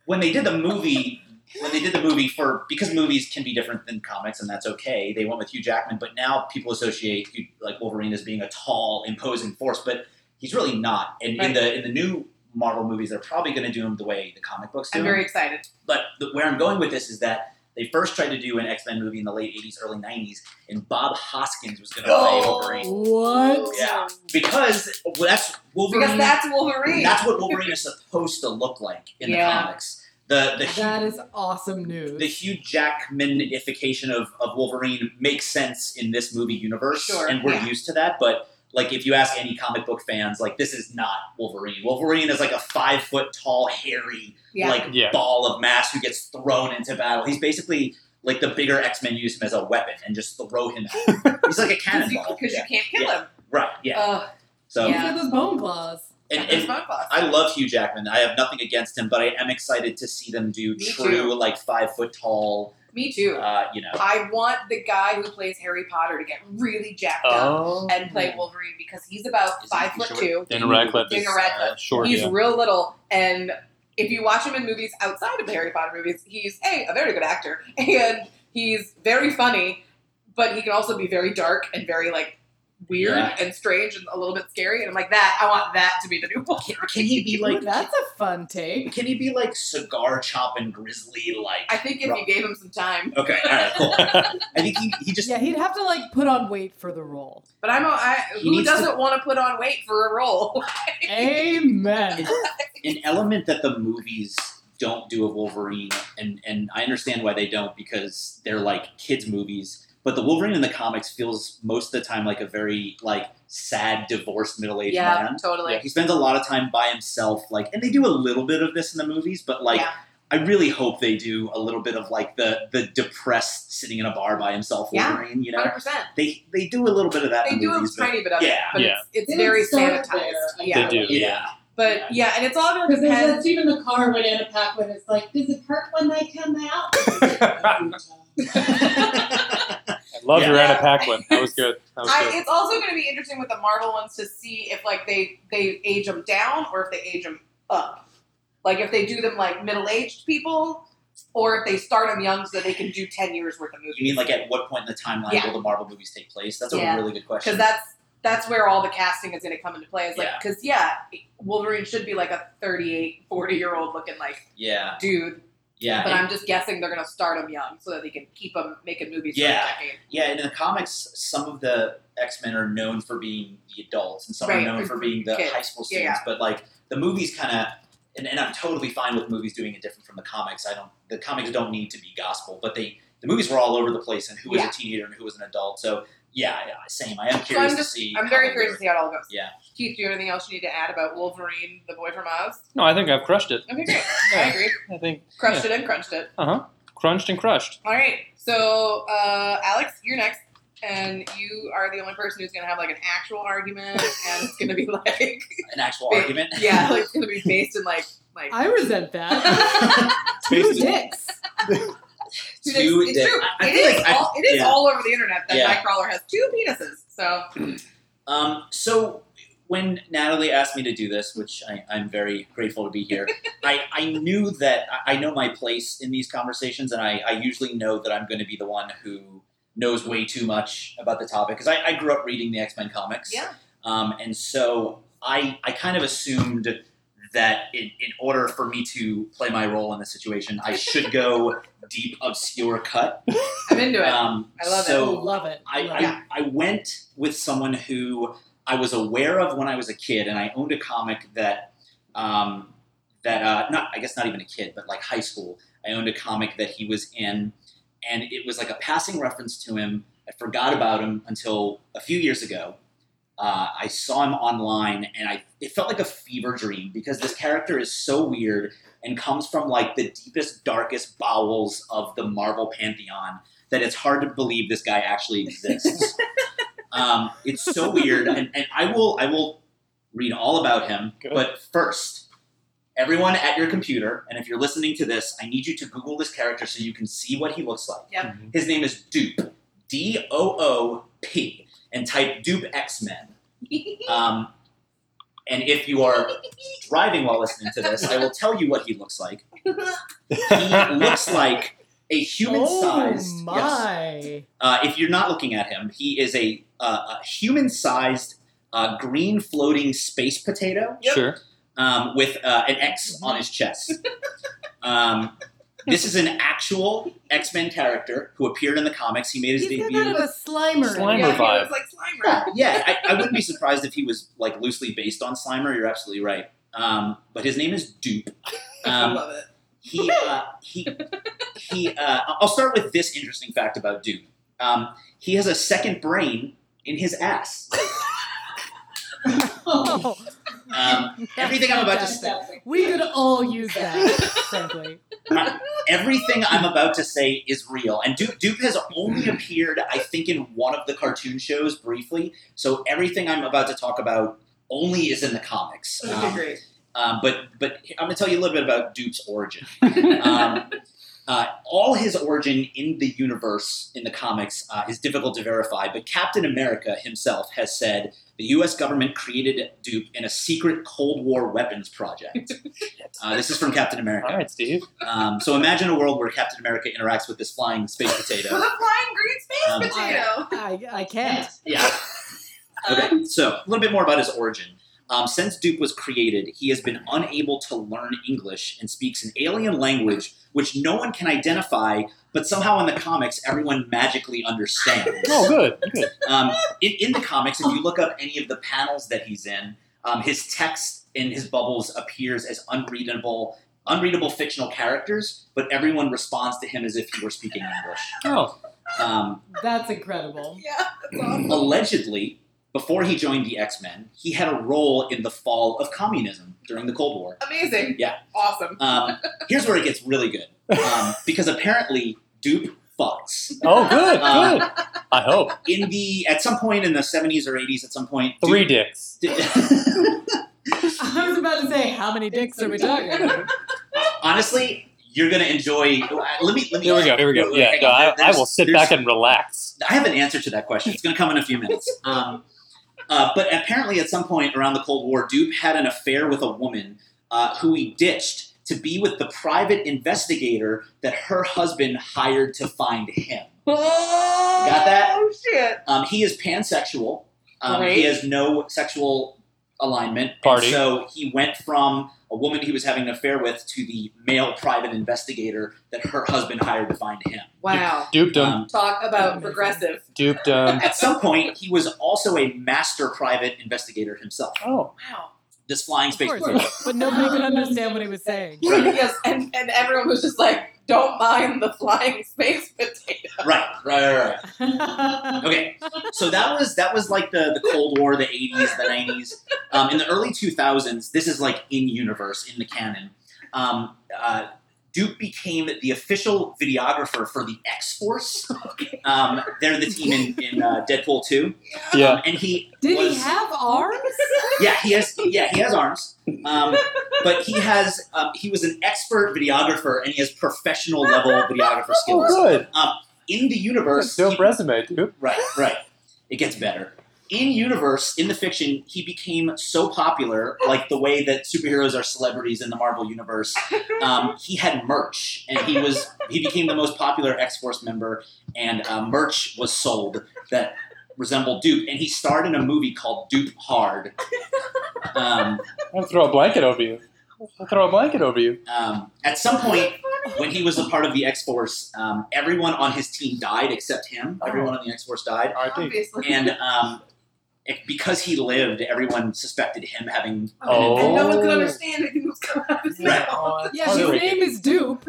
S5: when they did the movie, when they did the movie for because movies can be different than comics, and that's okay. They went with Hugh Jackman, but now people associate Hugh, like Wolverine as being a tall, imposing force, but he's really not. And in
S2: Right.
S5: the in the new Marvel movies, they're probably going to do him the way the comic books do.
S2: I'm
S5: him
S2: very excited.
S5: but the, where I'm going with this is that they first tried to do an X Men movie in the late '80s, early '90s, and Bob Hoskins was going to play
S2: Oh.
S5: Wolverine
S4: What?
S5: Yeah. because well, that's Wolverine.
S2: Because that's Wolverine.
S5: that's what Wolverine is supposed to look like in
S2: Yeah.
S5: the comics. The the
S4: That is awesome news.
S5: the Hugh Jackmanification of, of Wolverine makes sense in this movie universe,
S2: Sure,
S5: and we're
S2: yeah.
S5: used to that. But like, if you ask any comic book fans, like this is not Wolverine. Wolverine is like a five foot tall, hairy,
S2: yeah.
S5: like
S3: Yeah.
S5: ball of mass who gets thrown into battle. He's basically like the bigger X Men use him as a weapon and just throw him. Out. He's
S2: because
S5: like a
S2: you,
S5: cannonball.
S2: 'cause you
S5: Yeah.
S2: can't kill him.
S5: Right. Yeah.
S2: Ugh,
S5: so
S4: He's
S2: yeah.
S4: got those bone claws.
S5: and,
S2: that's
S5: and
S2: my boss.
S5: I love Hugh Jackman. I have nothing against him, but I am excited to see them do
S2: Me
S5: true
S2: too.
S5: like five foot tall.
S2: Me too.
S5: Uh, you know.
S2: I want the guy who plays Harry Potter to get really jacked up
S3: Oh,
S2: and play Wolverine because he's about
S5: Isn't
S2: five
S5: he
S2: foot
S5: short?
S2: two.
S3: Daniel Radcliffe is
S2: Daniel Radcliffe.
S3: uh, short.
S2: He's
S3: yeah.
S2: real little, and if you watch him in movies outside of the Harry Potter movies, he's a a very good actor, and he's very funny, but he can also be very dark and very like weird
S5: Yeah.
S2: and strange and a little bit scary. And I'm like that. I want that to be the new Wolverine.
S5: Can he be
S4: Ooh,
S5: like?
S4: that's a fun take.
S5: Can he be like cigar chopping grizzly like?
S2: I think if you gave him some time,
S5: Okay. All right. Cool. I think he, he just
S4: Yeah, he'd have to like put on weight for the role.
S2: but I'm a, I,
S5: He
S2: who
S5: needs to-
S2: doesn't want to put on weight for a role?
S4: Amen.
S5: an element that the movies don't do of Wolverine, and and I understand why they don't because they're like kids movies. But the Wolverine in the comics feels most of the time like a very like sad, divorced middle aged
S2: yeah,
S5: man.
S2: totally.
S5: He spends a lot of time by himself, like, and they do a little bit of this in the movies, but like
S2: Yeah.
S5: I really hope they do a little bit of like the the depressed sitting in a bar by himself
S2: Yeah.
S5: Wolverine. You know,
S2: Hundred percent.
S5: they they do a little bit of that.
S2: They
S5: in the
S2: do a
S5: movies, but-
S2: tiny bit of it,
S5: Yeah.
S2: but
S3: Yeah.
S2: it's, it's
S7: They
S2: very
S7: start
S2: sanitized.
S7: there, I
S2: yeah,
S3: They do.
S5: yeah,
S2: but yeah, and it's all going to
S7: Because there's-
S2: depend.
S7: that's even the car when Anna Paquin is like, does it hurt when they come out?
S3: I love your
S2: Yeah.
S3: Anna Paquin. That was good. That was
S2: I,
S3: good.
S2: it's also going to be interesting with the Marvel ones to see if like they they age them down or if they age them up. Like if they do them like middle aged people, or if they start them young so that they can do ten years worth of
S5: You
S2: movies.
S5: mean like at what point in the timeline
S2: Yeah.
S5: will the Marvel movies take place? That's a
S2: Yeah.
S5: really good
S2: Because
S5: question.
S2: that's that's where all the casting is going to come into play. Is like
S5: Yeah.
S2: because yeah. Wolverine should be like a 38, 40 year old looking like
S5: yeah,
S2: dude,
S5: yeah,
S2: but I'm just guessing they're going to start him young so that they can keep him making movies
S5: Yeah.
S2: for a decade.
S5: yeah. And in the comics, some of the X Men are known for being the adults, and some
S2: Right,
S5: are known
S2: or
S5: for being the
S2: kids.
S5: high school
S2: Yeah,
S5: students. But like the movies, kind of, and, and I'm totally fine with movies doing it different from the comics. I don't. The comics don't need to be gospel, but they the movies were all over the place, and who was
S2: Yeah.
S5: a teenager and who was an adult. So yeah, yeah same. I am curious
S2: I'm
S5: to
S2: just-
S5: see.
S2: I'm
S5: how
S2: very
S5: they
S2: curious to
S5: do it.
S2: see how it all goes.
S5: Yeah.
S2: Keith, do you have anything else you need to add about Wolverine, the boy from Oz?
S3: No, I think I've crushed it.
S2: Okay, great. I
S3: Yeah,
S2: agree.
S3: I think
S2: Crushed it and crunched it.
S3: uh huh. Crunched and crushed.
S2: All right. So, uh, Alex, you're next. And you are the only person who's going to have like an actual argument. And it's going to be like,
S5: an actual
S2: Wait,
S5: argument.
S2: yeah, like, it's going to be based in like, like,
S4: I resent that. Two
S5: Basically,
S4: dicks.
S2: two
S5: two
S2: dicks.
S5: dick-
S2: It's true.
S5: I- I
S2: It
S5: feel
S2: is,
S5: like I-
S2: all, it is
S5: yeah.
S2: all over the internet that
S5: Yeah.
S2: Nightcrawler has two penises. So,
S5: Um, so when Natalie asked me to do this, which I, I'm very grateful to be here, I, I knew that I I know my place in these conversations, and I, I usually know that I'm going to be the one who knows way too much about the topic because I, I grew up reading the X Men comics.
S2: Yeah.
S5: Um, and so I, I kind of assumed that in, in order for me to play my role in this situation, I should go deep, obscure cut.
S2: I'm into it.
S5: Um,
S2: I love it.
S5: so
S4: Oh, love it.
S5: I,
S4: Love
S5: I,
S4: it.
S5: I went with someone who I was aware of when I was a kid, and I owned a comic that um, that uh, not I guess not even a kid, but like high school. I owned a comic that he was in, and it was like a passing reference to him. I forgot about him until a few years ago. Uh, I saw him online, and I it felt like a fever dream because this character is so weird and comes from like the deepest, darkest bowels of the Marvel pantheon that it's hard to believe this guy actually exists. um, it's so weird, and, and I will I will read all about him.
S3: Good.
S5: But first, everyone at your computer, and if you're listening to this, I need you to Google this character so you can see what he looks like.
S2: Yep.
S3: Mm-hmm.
S5: His name is Dupe, D O O P, and type Dupe X Men. Um, and if you are driving while listening to this, I will tell you what he looks like. He looks like a human-sized.
S4: Oh
S5: yes.
S4: my.
S5: Uh, if you're not looking at him, he is a, uh, a human-sized uh, green floating space potato
S3: Sure.
S5: um, with uh, an X on his chest. Um, this is an actual X-Men character who appeared in the comics. He made his
S4: He's got
S5: debut.
S4: kind of a Slimer.
S3: Slimer
S2: yeah, he
S3: vibe.
S2: looks like Slimer.
S5: Yeah, yeah. I, I wouldn't be surprised if he was like loosely based on Slimer. You're absolutely right. Um, but his name is Dupe.
S2: I
S5: Um,
S2: love it.
S5: he uh, he he. Uh, I'll start with this interesting fact about Duke. Um, he has a second brain in his ass.
S4: Oh,
S5: Um, everything I'm about to say,
S4: we could all use that, frankly.
S5: everything I'm about to say is real. And Duke Duke has only appeared, I think, in one of the cartoon shows briefly. So everything I'm about to talk about only is in the comics.
S2: Okay,
S5: Um,
S2: great.
S5: Um, but but I'm gonna tell you a little bit about Dupe's origin. um, uh, all his origin in the universe in the comics uh, is difficult to verify, but Captain America himself has said the U.S. government created Dupe in a secret Cold War weapons project. Uh, this is from Captain
S3: All
S5: America.
S3: right, Steve.
S5: Um, so imagine a world where Captain America interacts with this flying space
S2: With a
S5: potato.
S2: flying green space
S5: Um,
S2: potato.
S4: I, I can't.
S5: Yeah.
S2: Um,
S5: Okay, so a little bit more about his origin. Um, since Duke was created, he has been unable to learn English and speaks an alien language which no one can identify, but somehow in the comics, everyone magically understands.
S3: Oh, good. Good.
S5: Um, in, in the comics, if you look up any of the panels that he's in, um, his text in his bubbles appears as unreadable, unreadable fictional characters, but everyone responds to him as if he were speaking English.
S3: Oh,
S5: Um,
S4: That's incredible.
S2: Yeah, that's awesome.
S5: allegedly Before he joined the X Men, he had a role in the fall of communism during the Cold War.
S2: Amazing.
S5: Yeah.
S2: Awesome.
S5: Um, here's where it gets really good um, because apparently Dupe fucks
S3: Oh, good,
S2: Uh,
S3: good. I hope
S5: in the at some point in the 70s or 80s. At some point,
S3: three
S5: Dupe-
S3: dicks.
S4: I was about to say, how many dicks are we talking? about?
S5: honestly, you're gonna enjoy. Let me. Let me.
S3: Here we go. Here we go.
S5: Wait, wait,
S3: Yeah,
S5: hang
S3: no,
S5: on.
S3: I, I
S5: There's-
S3: will sit
S5: there's-
S3: back and relax.
S5: I have an answer to that question. It's going to come in a few minutes. Um, uh, but apparently, at some point around the Cold War, Dupe had an affair with a woman uh, who he ditched to be with the private investigator that her husband hired to find him.
S2: Oh,
S5: Got that?
S2: shit.
S5: Um, he is pansexual. Um,
S2: Great.
S5: he has no sexual alignment. And
S3: Party.
S5: so he went from a woman he was having an affair with to the male private investigator that her husband hired to find him.
S2: Wow.
S3: Duped him.
S5: Um,
S2: Talk about
S4: Amazing.
S2: progressive.
S3: Duped him.
S5: at some point, he was also a master private investigator himself.
S3: Oh,
S2: Wow.
S5: This flying
S4: Of
S5: space
S4: course,
S5: program.
S4: but nobody could understand what he was saying.
S5: Right.
S2: yes, and, and everyone was just like, don't mind the flying space potato.
S5: right, right, right, right. Okay, so that was that was like the the Cold War, the eighties, the nineties. Um, in the early two thousands, this is like in universe, in the canon. Um, uh, Duke became the official videographer for the X Force. Um, they're the team in, in uh, Deadpool two,
S3: yeah.
S5: and he
S4: Did
S5: was,
S4: he have arms?
S5: yeah, he has. Yeah, he has arms. Um, but he has. Um, he was an expert videographer, and he has professional level videographer
S3: Oh,
S5: skills.
S3: good.
S5: In the universe,
S3: Dope
S5: he-
S3: resume, dude.
S5: right, right. It gets better. In universe, in the fiction, he became so popular, like the way that superheroes are celebrities in the Marvel universe. Um, he had merch, and he was he became the most popular X Force member, and uh, merch was sold that resembled Duke, and he starred in a movie called Duke Hard. Um,
S3: I'll throw a blanket over you. I'll throw a blanket over you.
S5: um, at some point when he was a part of the X Force, um, everyone on his team died except him. Everyone on the X Force died,
S3: R.I.P.
S2: Obviously.
S5: and um, it- because he lived, everyone suspected him having.
S2: And no one could
S3: Oh.
S2: understand anything that was coming out of his
S5: Right.
S2: mouth.
S4: Yeah, his
S3: Heartbreaking.
S4: name is Dupe.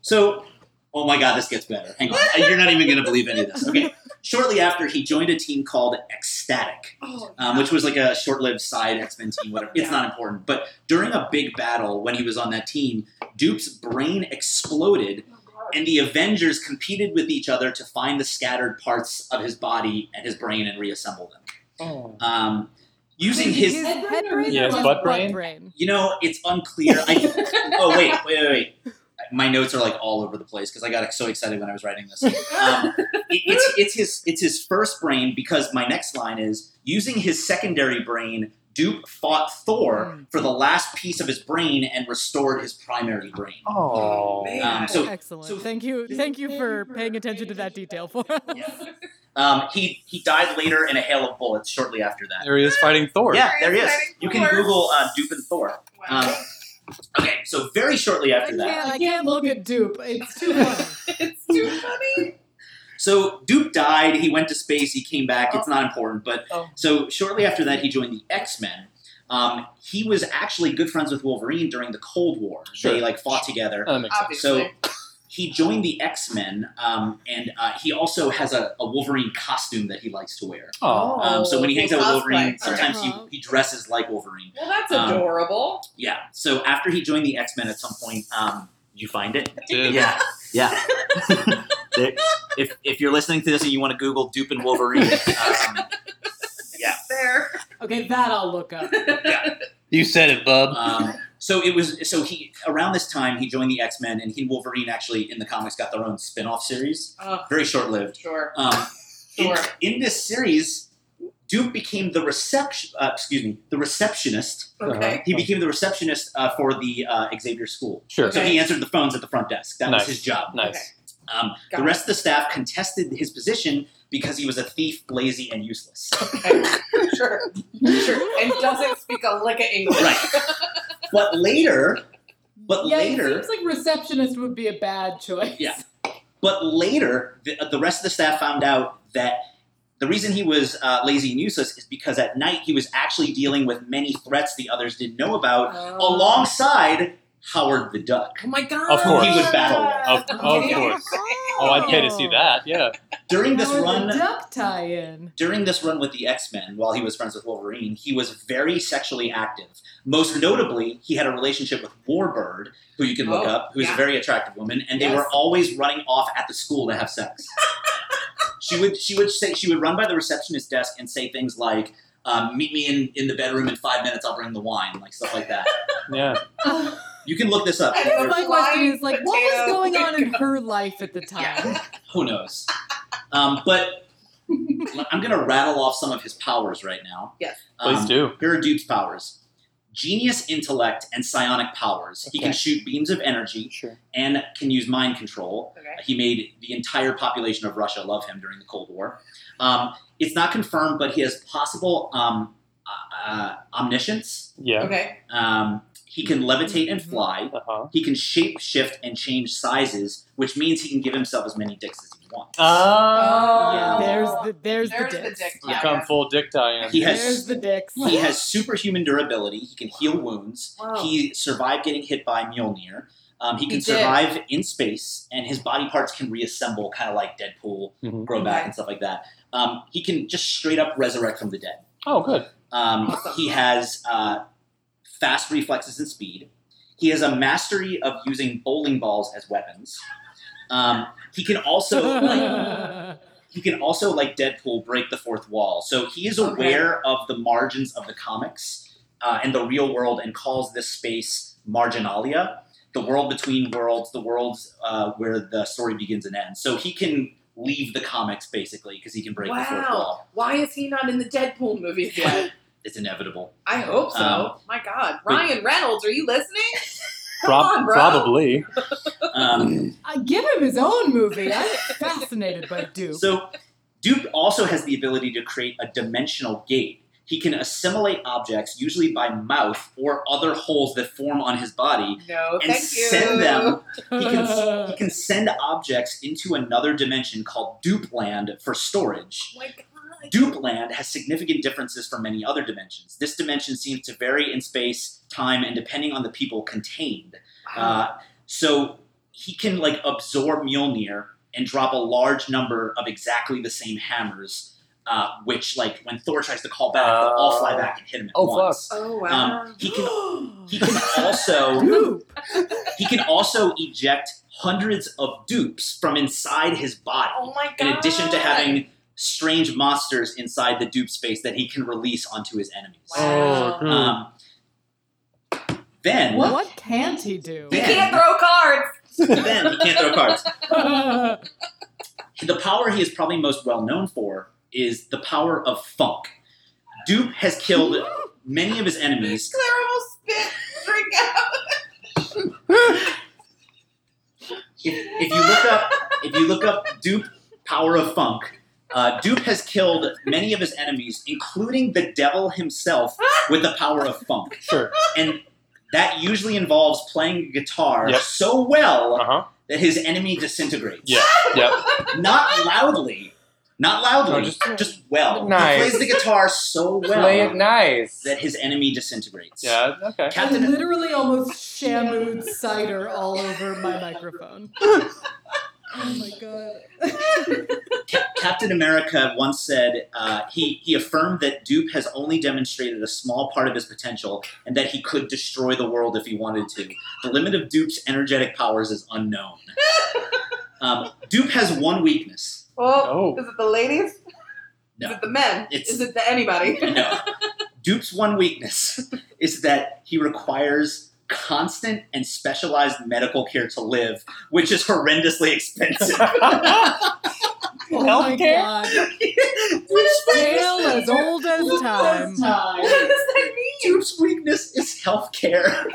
S5: So, oh my God, this gets better. Hang on, Uh, you're not even going to believe any of this. Okay, shortly after he joined a team called Ecstatic.
S2: Oh,
S5: um, which was like a short-lived side X-Men team. Whatever, it's
S2: Yeah.
S5: not important. But during a big battle when he was on that team, Dupe's brain exploded, Um, and the Avengers competed with each other to find the scattered parts of his body and his brain and reassemble them.
S3: Oh.
S5: Um, using his,
S4: head brain.
S3: Yeah,
S4: or
S3: his
S4: his
S3: butt
S4: butt
S3: brain.
S5: you know, it's unclear. I, oh wait, wait, wait, wait. My notes are like all over the place because I got so excited when I was writing this. Um, it- it's, it's his it's his first brain because my next line is using his secondary brain. Duke fought Thor for the last piece of his brain and restored his primary brain.
S3: Oh.
S2: man.
S5: Um, so
S4: Excellent.
S5: so-
S4: thank you. Thank you for paying attention to that detail for us.
S2: Oh.
S5: Um, he he died later in a hail of bullets shortly after that.
S3: There he is fighting Thor.
S5: Yeah, there he is.
S2: Exciting
S5: You can
S2: Thor.
S5: Google uh, Duke and Thor.
S2: Wow.
S5: Um, okay, so very shortly
S4: I
S5: after that,
S4: can't, I can't look at Dupe. It's too funny.
S2: it's too funny.
S5: So Duke died. He went to space. He came back. It's not important, but
S3: Oh.
S5: so shortly after that, he joined the X Men. Um, he was actually good friends with Wolverine during the Cold War.
S3: Sure.
S5: They like fought together.
S3: That makes sense.
S5: So
S2: Obviously.
S5: he joined the X Men, um, and uh, he also has a, a Wolverine costume that he likes to wear.
S3: Oh.
S5: Um, so when he hangs out with
S2: cosplay.
S5: Wolverine,
S2: All right.
S5: sometimes
S4: Uh-huh.
S5: he, he dresses like Wolverine.
S2: Well, that's
S5: um,
S2: adorable.
S5: Yeah. So after he joined the X Men, at some point, um, you find it.
S3: Dude.
S5: Yeah, yeah. There- if, if you're listening to this and you want to Google Dupe and Wolverine, um, yeah.
S2: There.
S4: Okay, that I'll look up.
S3: You said it, bub.
S5: Um, so it was so he around this time he joined the X Men and he and Wolverine actually in the comics got their own spin off series,
S2: Oh,
S5: very short lived.
S2: sure.
S5: Um, in,
S2: Sure.
S5: in this series, Duke became the reception. Uh, excuse me, the receptionist.
S3: Uh-huh.
S2: Okay.
S5: He became the receptionist uh, for the uh, Xavier School.
S3: Sure.
S5: So he answered the phones at the front desk. That
S3: Nice.
S5: was his job.
S3: Nice.
S5: Um,
S2: Got
S5: the rest of the staff contested his position because he was a thief, lazy, and useless.
S2: it. Okay. sure. Sure. And doesn't speak a lick of English.
S5: Right. but later, but
S4: yeah,
S5: later,
S4: it seems like receptionist would be a bad choice.
S5: Yeah. but later, the, uh, the rest of the staff found out that the reason he was uh, lazy and useless is because at night he was actually dealing with many threats the others didn't know about,
S4: Um,
S5: alongside Howard the Duck.
S2: Oh my god!
S3: Of course.
S5: He would battle them.
S3: Of, of course. Oh, I'd pay to see that. Yeah.
S5: During this
S4: Howard
S5: run,
S4: the duck tie-in.
S5: during this run with the X Men, while he was friends with Wolverine, he was very sexually active. Most notably, he had a relationship with Warbird, who you can look
S2: Oh,
S5: up, who's
S2: yeah.
S5: a very attractive woman, and they
S2: Yes.
S5: were always running off at the school to have sex. she would she would say she would run by the receptionist desk and say things like, um, "Meet me in, in the bedroom in five minutes. I'll bring the wine," like stuff like that.
S3: Yeah.
S5: You can look this up.
S2: I
S4: So
S2: know
S4: my question
S2: Flying
S4: is like, what was
S2: potato.
S4: going on in her life at the time?
S5: who knows? Um, but I'm going to rattle off some of his powers right now.
S2: Yes.
S5: Um,
S3: Please do.
S5: Here are Duke's powers genius intellect and psionic powers. He can
S3: Okay.
S5: shoot beams of energy
S3: Sure.
S5: and can use mind control.
S2: Okay.
S5: He made the entire population of Russia love him during the Cold War. Um, it's not confirmed, but he has possible um, uh, uh, omniscience.
S3: Yeah.
S2: Okay.
S5: Um, he can levitate
S4: Mm-hmm.
S5: and fly.
S3: Uh huh.
S5: He can shape shift and change sizes, which means he can give himself as many dicks as he wants.
S3: Uh,
S4: Yeah,
S2: Oh.
S4: there's the there's,
S2: There's
S4: the
S2: the
S4: dicks.
S2: dick.
S3: We've
S2: Yeah.
S3: come full dick tie
S5: He has-
S4: There's the dicks.
S5: He has superhuman durability. He can heal wounds.
S2: Wow.
S5: He survived getting hit by Mjolnir.
S2: Oh.
S5: Um, he
S2: He
S5: can
S2: did.
S5: survive in space, and his body parts can reassemble, kind of like Deadpool,
S3: Mhm.
S5: grow back,
S2: Okay.
S5: and stuff like that. Um, he can just straight up resurrect from the dead.
S3: Oh, good.
S5: Um,
S2: Awesome.
S5: He has uh, fast reflexes and speed. He has a mastery of using bowling balls as weapons. Um, he can also like, he can also like deadpool break the fourth wall so he is
S2: Okay.
S5: aware of the margins of the comics uh, and the real world and calls this space marginalia the world between worlds the worlds uh, where the story begins and ends so he can leave the comics basically because he can break the fourth
S2: Wow.
S5: wall
S2: Why is he not in the Deadpool movies yet?
S5: it's inevitable
S2: I hope so.
S5: Um,
S2: My God, Ryan Reynolds, are you listening? Come
S3: Prob-
S2: on, bro.
S3: Probably.
S5: um,
S4: I give him his own movie. I'm fascinated by Duke.
S5: so dupe also has the ability to create a dimensional gate he can assimilate objects usually by mouth or other holes that form on his body
S3: Oh,
S2: No,
S5: and
S2: thank you.
S5: send them he can, he can send objects into another dimension called dupe land for storage.
S2: Oh my God.
S5: Dupe land has significant differences from many other dimensions. This dimension seems to vary in space, time, and depending on the people contained. Uh,
S3: Ah.
S5: so he can like absorb Mjolnir and drop a large number of exactly the same hammers, uh, which like when Thor tries to call back, they'll all fly back and hit him at
S3: Oh, fuck.
S5: once.
S2: oh wow.
S5: Um, he can he can also
S4: Dupe.
S5: he can also eject hundreds of dupes from inside his body,
S2: oh my God.
S5: in addition to having strange monsters inside the dupe space that he can release onto his enemies.
S2: Wow.
S3: Oh, good.
S5: Um, then,
S4: What? can't he do?
S2: he
S5: Yeah.
S2: can't throw cards.
S5: then he can't throw cards. The power he is probably most well known for is the power of funk. Dupe has killed many of his enemies.
S2: Claire almost spit drink out.
S5: If, if you look up, if you look up Dupe power of funk, uh, Dupe has killed many of his enemies, including the devil himself, with the power of funk.
S3: Sure.
S5: and that usually involves playing guitar
S3: Yep.
S5: so well
S3: Uh huh.
S5: that his enemy disintegrates.
S3: Yeah. Yep.
S5: Not loudly, not loudly,
S3: No,
S5: just, well.
S3: Nice.
S5: He plays the guitar so well
S3: nice.
S5: that his enemy disintegrates.
S3: Yeah. Okay.
S4: I
S5: Captain,
S4: literally almost shamued cider all over my microphone. Oh my god.
S5: Ca- Captain America once said uh, he he affirmed that Dupe has only demonstrated a small part of his potential, and that he could destroy the world if he wanted to. The limit of Dupe's energetic powers is unknown. um, Dupe has one weakness.
S2: Oh,
S3: Oh.
S2: is it the ladies?
S5: No.
S2: Is it the men?
S5: It's-
S2: is it the anybody?
S5: No. Dupe's one weakness is that he requires constant and specialized medical care to live, which is horrendously expensive.
S4: Oh my
S3: Healthcare?
S4: god.
S5: Dupe's,
S4: Tale
S5: weakness,
S4: as old as time.
S2: what does that mean?
S5: Dupe's weakness is healthcare.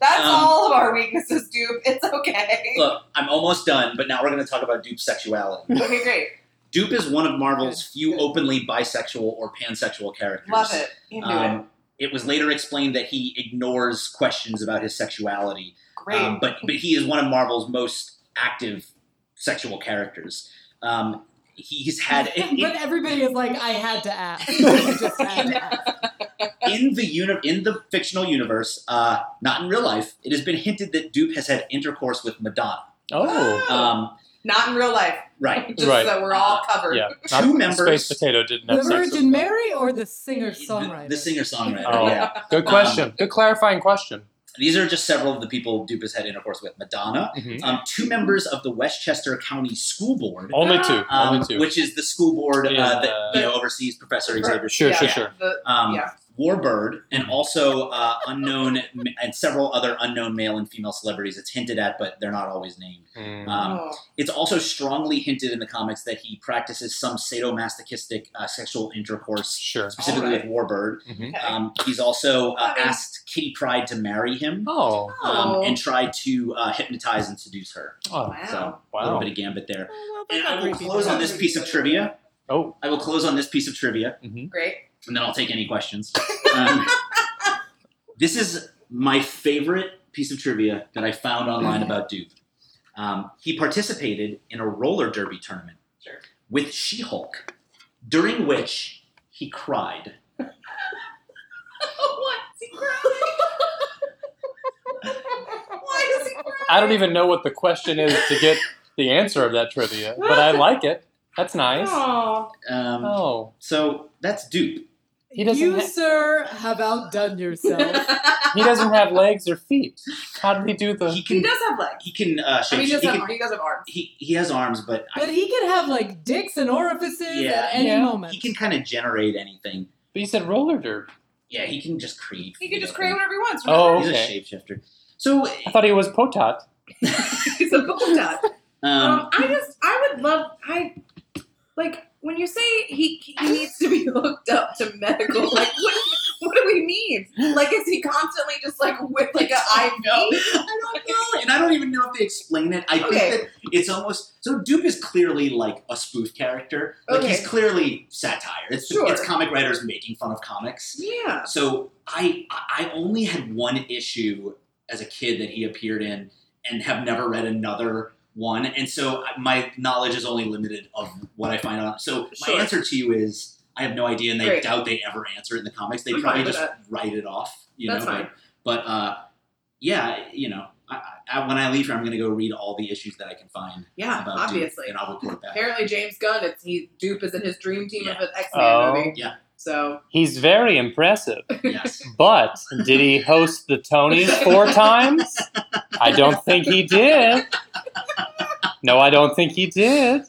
S2: That's
S5: Um,
S2: all of our weaknesses, dude. It's okay.
S5: Look, I'm almost done, but now we're going to talk about Dupe's sexuality.
S2: Okay, great.
S5: Dupe is one of Marvel's few openly bisexual or pansexual characters.
S2: Love it. You knew it.
S5: Um, it was later explained that he ignores questions about his sexuality
S2: Great.
S5: Um, but but he is one of Marvel's most active sexual characters. Um, he's had it,
S4: but
S5: it-
S4: everybody is like, I had to ask. I just had to ask.
S5: in the uni- in the fictional universe, uh, not in real life, it has been hinted that Dupe has had intercourse with Madonna.
S3: Oh,
S2: Ah.
S5: Um,
S2: Not in real life.
S5: right.
S2: Just
S3: Right.
S2: so we're all covered.
S3: yeah.
S5: Two
S3: Not
S5: members-
S3: Space Potato didn't have
S4: The
S3: sex.
S4: Virgin
S3: with
S4: Mary or the singer
S5: The,
S4: songwriter?
S5: the singer songwriter.
S3: Oh.
S5: Yeah.
S3: them. Good question. Good clarifying question.
S5: These are just several of the people Dupe has had intercourse with. Madonna,
S3: Mhm.
S5: um, two members of the Westchester County School Board,
S3: Only two.
S5: um,
S3: Only two.
S5: which is the school board
S3: In,
S5: uh, that
S3: uh,
S5: you know oversees Professor Xavier.
S3: sure,
S2: yeah,
S3: sure,
S2: yeah.
S3: sure.
S2: The-
S5: Um,
S2: yeah.
S5: Warbird, and also uh, unknown and several other unknown male and female celebrities. It's hinted at, but they're not always named.
S3: Mm.
S5: Um,
S2: oh.
S5: It's also strongly hinted in the comics that he practices some sadomasochistic uh, sexual intercourse,
S3: Sure.
S5: specifically
S2: Alright.
S5: with Warbird.
S3: Mhm.
S2: Okay.
S5: Um, he's also uh,
S2: I mean-
S5: asked Kitty Pride to marry him
S3: Oh,
S2: Oh.
S5: um, and tried to uh, hypnotize and seduce her.
S3: oh,
S2: Wow.
S5: So a
S3: wow.
S5: little bit of gambit there.
S1: Oh, well, that
S5: And
S1: got
S5: I will
S1: creepy.
S5: close on this piece of trivia.
S3: Oh,
S5: I will close on this piece of trivia.
S3: mhm.
S2: Great.
S5: and then I'll take any questions. Um, this is my favorite piece of trivia that I found online about Dupe. Um, he participated in a roller derby tournament
S2: Sure.
S5: with She Hulk, during which he cried.
S2: what? Is he crying? Why is he crying?
S3: I don't even know what the question is to get the answer of that trivia, but I like it. That's nice.
S2: Oh.
S5: Um,
S3: Oh,
S5: So that's Dupe.
S3: He doesn't
S4: you,
S3: ha-
S4: sir, have outdone yourself.
S3: he doesn't have legs or feet. How did he do the?
S2: he
S5: He can.
S2: does have legs.
S5: He can. Uh,
S2: I
S5: shape,
S2: mean, he
S5: he,
S2: does, have,
S5: can
S2: he does have arms.
S5: he, he has arms, but,
S4: but he can have like dicks and orifices
S5: Yeah.
S4: at any
S3: Yeah.
S5: I,
S4: moment.
S5: he can kind of generate anything.
S3: but you said roller derby.
S5: Yeah, he can just create.
S2: He can just create whatever he wants.
S3: Oh.
S5: He's
S3: Okay.
S5: a shapeshifter. So,
S3: I thought he was potat.
S2: He's a bubble dad.
S5: um,
S2: Um, I just, I would love, I like when you say he he needs to be hooked up to medical. Like, what, what do we mean? Like, is he constantly just like with like a IV?
S5: I don't know, and I don't even know if they explain it. I
S2: Okay.
S5: think that it's almost so. Duke is clearly like a spoof character. Like
S2: Okay.
S5: he's clearly satire. It's
S2: Sure.
S5: it's comic writers making fun of comics.
S2: Yeah.
S5: So I I only had one issue as a kid that he appeared in, and have never read another one. And so my knowledge is only limited of what I find out. So
S2: Sure.
S5: my answer to you is I have no idea, and they
S2: Great.
S5: doubt they ever answer it in the comics. They
S2: I'm fine
S5: probably
S2: with
S5: just write it off. You
S2: That's
S5: know,
S2: fine.
S5: but uh, yeah, you know, I, I, when I leave here, I'm going to go read all the issues that I can find.
S2: Yeah,
S5: about Duke,
S2: obviously.
S5: and I'll report back.
S2: Apparently, James Gunn, it's he dupe is in his dream team of an X Men
S3: Oh.
S2: movie.
S5: Yeah.
S2: So
S3: He's very impressive,
S5: yes,
S3: but did he host the Tonys four times? I don't think he did. No, I don't think he did.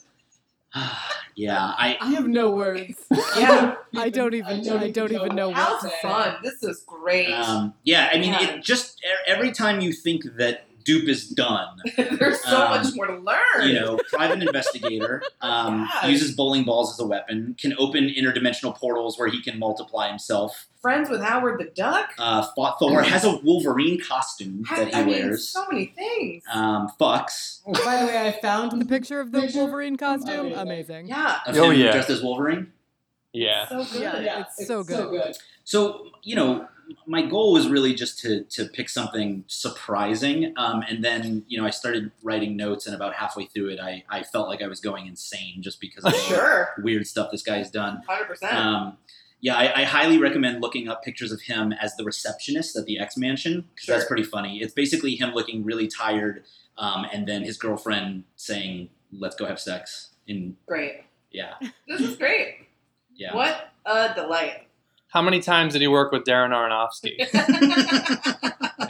S5: yeah, I
S4: I have no words.
S2: yeah,
S4: I don't even. I don't, even know
S2: how's
S4: what to say.
S2: fun? This is great.
S5: um, yeah, I mean,
S2: Yeah.
S5: it just e- every time you think that Dupe is done,
S2: There's so
S5: um,
S2: much more to learn.
S5: you know, private investigator um,
S2: Gosh.
S5: uses bowling balls as a weapon, can open interdimensional portals where he can multiply himself.
S2: Friends with Howard the Duck.
S5: Uh, fought Thor has a Wolverine
S2: Mm-hmm.
S5: costume
S2: How-
S5: that he
S2: I mean,
S5: wears.
S2: so many things.
S5: um, fucks
S4: By the way, I found the picture of the
S7: Picture?
S4: Wolverine costume. Amazing.
S2: yeah.
S5: of
S3: Oh,
S5: uh, him
S3: yeah.
S5: dressed as Wolverine.
S3: Yeah.
S2: So good.
S4: Yeah,
S7: Yeah,
S4: it's so good.
S5: So you know, my goal was really just to to pick something surprising, um, and then you know I started writing notes, and about halfway through it, I I felt like I was going insane just because of all the
S2: Sure.
S5: weird stuff this guy's done.
S2: Hundred percent.
S5: Um, yeah, I, I highly recommend looking up pictures of him as the receptionist at the X Mansion because that's
S2: Sure.
S5: pretty funny. It's basically him looking really tired, um, and then his girlfriend saying, "Let's go have sex." In
S2: Great.
S5: yeah,
S2: This is great.
S5: yeah.
S2: What a delight.
S3: How many times did he work with Darren Aronofsky?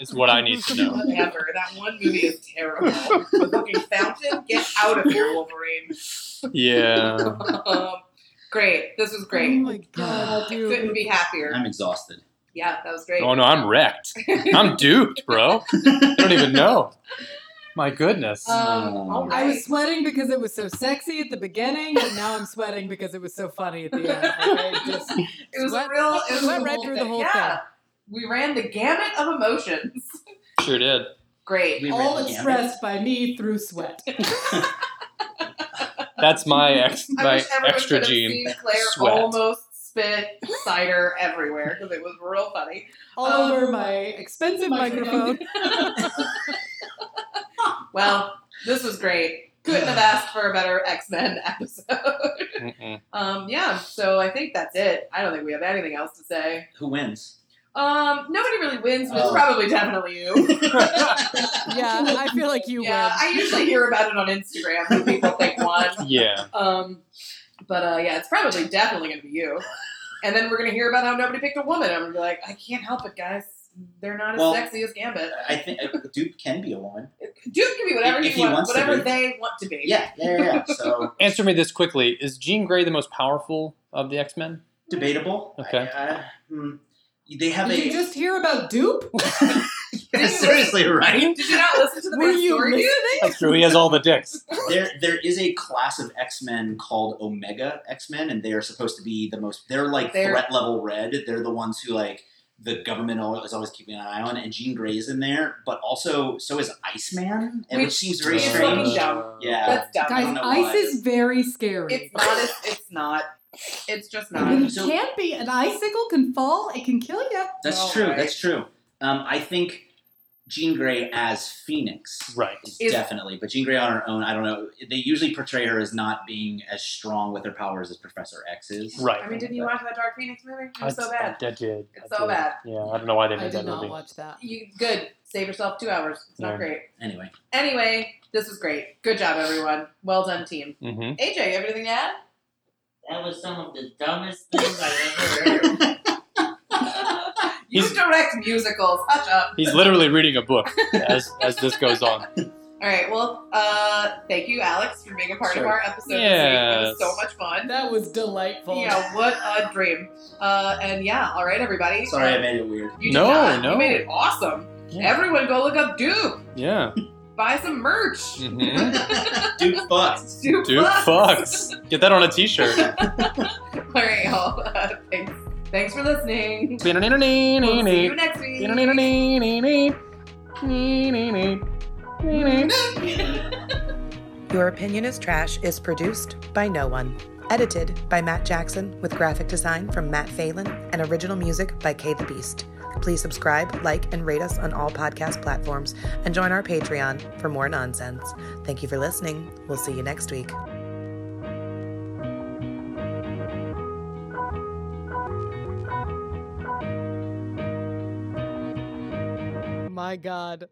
S3: Is what I need to know.
S2: Whatever. That one movie is terrible. the fucking fountain. Get out of here, Wolverine.
S3: Yeah.
S2: Um, great. This was
S4: Oh
S2: great.
S4: my god,
S2: I
S4: dude.
S2: couldn't be happier.
S5: I'm exhausted.
S2: Yeah, that was great.
S3: Oh no, I'm wrecked. I'm duped, bro. I don't even know. My goodness.
S2: Um, all
S4: I
S2: right.
S4: was sweating because it was so sexy at the beginning, and now I'm sweating because it was so funny at the end. Like, I just-
S2: it was
S4: sweat-
S2: a real. It was
S4: sweat
S2: a
S4: right
S2: whole
S4: through the
S2: thing.
S4: whole
S2: yeah. We ran the gamut of emotions.
S3: Sure did.
S2: Great.
S5: We
S4: all
S5: ran the gamut.
S4: expressed by me through sweat.
S3: That's my ex
S2: I
S3: my
S2: wish everyone
S3: extra
S2: could have
S3: gene.
S2: seen Claire
S3: sweat.
S2: almost spit cider everywhere because it was real funny.
S4: All
S2: Um,
S4: over my expensive microphone.
S2: Well, this was great. Couldn't have asked for a better X Men episode.
S3: Mm-mm.
S2: Um, yeah, so I think that's it. I don't think we have anything else to say.
S5: Who wins?
S2: Um, nobody really wins, but it's
S5: Oh.
S2: probably definitely you.
S4: Yeah, I feel like you
S2: yeah, I usually hear about it on Instagram when people pick one.
S3: Yeah.
S2: Um, but uh, yeah, it's probably definitely gonna be you. And then we're gonna hear about how nobody picked a woman. I'm gonna be like, I can't help it, guys. They're not as
S5: Well-
S2: sexy as Gambit.
S5: I think uh, Duke can be a woman.
S2: Duke can be whatever
S5: If
S2: he,
S5: he
S2: wants,
S5: wants to
S2: whatever
S5: be.
S2: they want to be.
S5: Yeah, yeah, yeah. yeah. So
S3: Answer me this quickly: Is Jean Grey the most powerful of the X Men?
S5: debatable.
S3: Okay.
S5: I, I- hmm. They have
S4: win. Did you
S5: a
S4: just hear about dupe?
S5: seriously right.
S2: Did you not listen to the
S4: Were
S2: first
S4: you
S2: story? dude?
S3: That's true. He has all the dicks.
S5: there there is a class of X-Men called Omega X-Men and they are supposed to be the most they're like
S2: They're-
S5: threat level red. They're the ones who like the government al- is always keeping an eye on and Jean Grey's in there, but also so is Iceman, and which,
S2: Which
S5: seems very
S2: is
S5: strange.
S2: fucking dumb.
S5: Yeah.
S2: That's dumb.
S5: don't
S4: Guys,
S5: know
S4: ice
S5: why.
S4: is very scary.
S2: It's not. As, it's not. It's just
S4: It
S2: not.
S5: Oh So-
S4: can be. An icicle can fall. It can kill you.
S5: That's
S2: Well,
S5: true.
S2: right.
S5: That's true. Um, I think Jean Grey as Phoenix
S3: Right.
S5: is
S2: Is-
S5: definitely, but Jean Grey on her own, I don't know. They usually portray her as not being as strong with her powers as Professor X is.
S3: Right.
S2: I mean, didn't you watch that Dark Phoenix movie? It was so
S3: I-
S2: bad.
S3: I, did.
S2: It's
S3: I
S2: so
S3: did.
S2: bad.
S3: Yeah, I don't know why they made
S4: I did
S3: that
S4: not
S3: movie.
S4: watch that.
S2: You good? Save yourself two hours. It's not
S3: Yeah.
S2: great.
S5: Anyway,
S2: Anyway, this was great. Good job, everyone. Well done, team.
S3: hmm
S2: AJ, you have anything to add?
S6: That was some of the dumbest things I've ever heard.
S2: you
S3: He's-
S2: direct musicals. Hush up.
S3: He's literally reading a book as as this goes on.
S2: All right. Well, uh, thank you, Alex, for being a part of
S5: Sure.
S2: our episode this week. It was
S3: Yes.
S2: so much fun.
S4: That was delightful.
S2: Yeah, what a dream. Uh, and yeah, all right, everybody.
S5: sorry I made it weird.
S2: You did
S3: No,
S2: not. You
S3: no.
S2: made it awesome.
S3: Yeah.
S2: Everyone, go look up Duke.
S3: Yeah.
S2: Buy some merch.
S3: hmm
S5: Duke
S3: Mm.
S5: Fox.
S2: Duke
S3: Dude,
S2: Bucks.
S3: fucks. Get that on a t-shirt.
S2: All right, y'all. Uh, thanks. Thanks for listening. We'll see you next week.
S8: Your Opinion is Trash is produced by no one. Edited by Matt Jackson with graphic design from Matt Phelan and original music by Kay the Beast. Please subscribe, like, and rate us on all podcast platforms and join our Patreon for more nonsense. Thank you for listening. We'll see you next week.
S4: My God.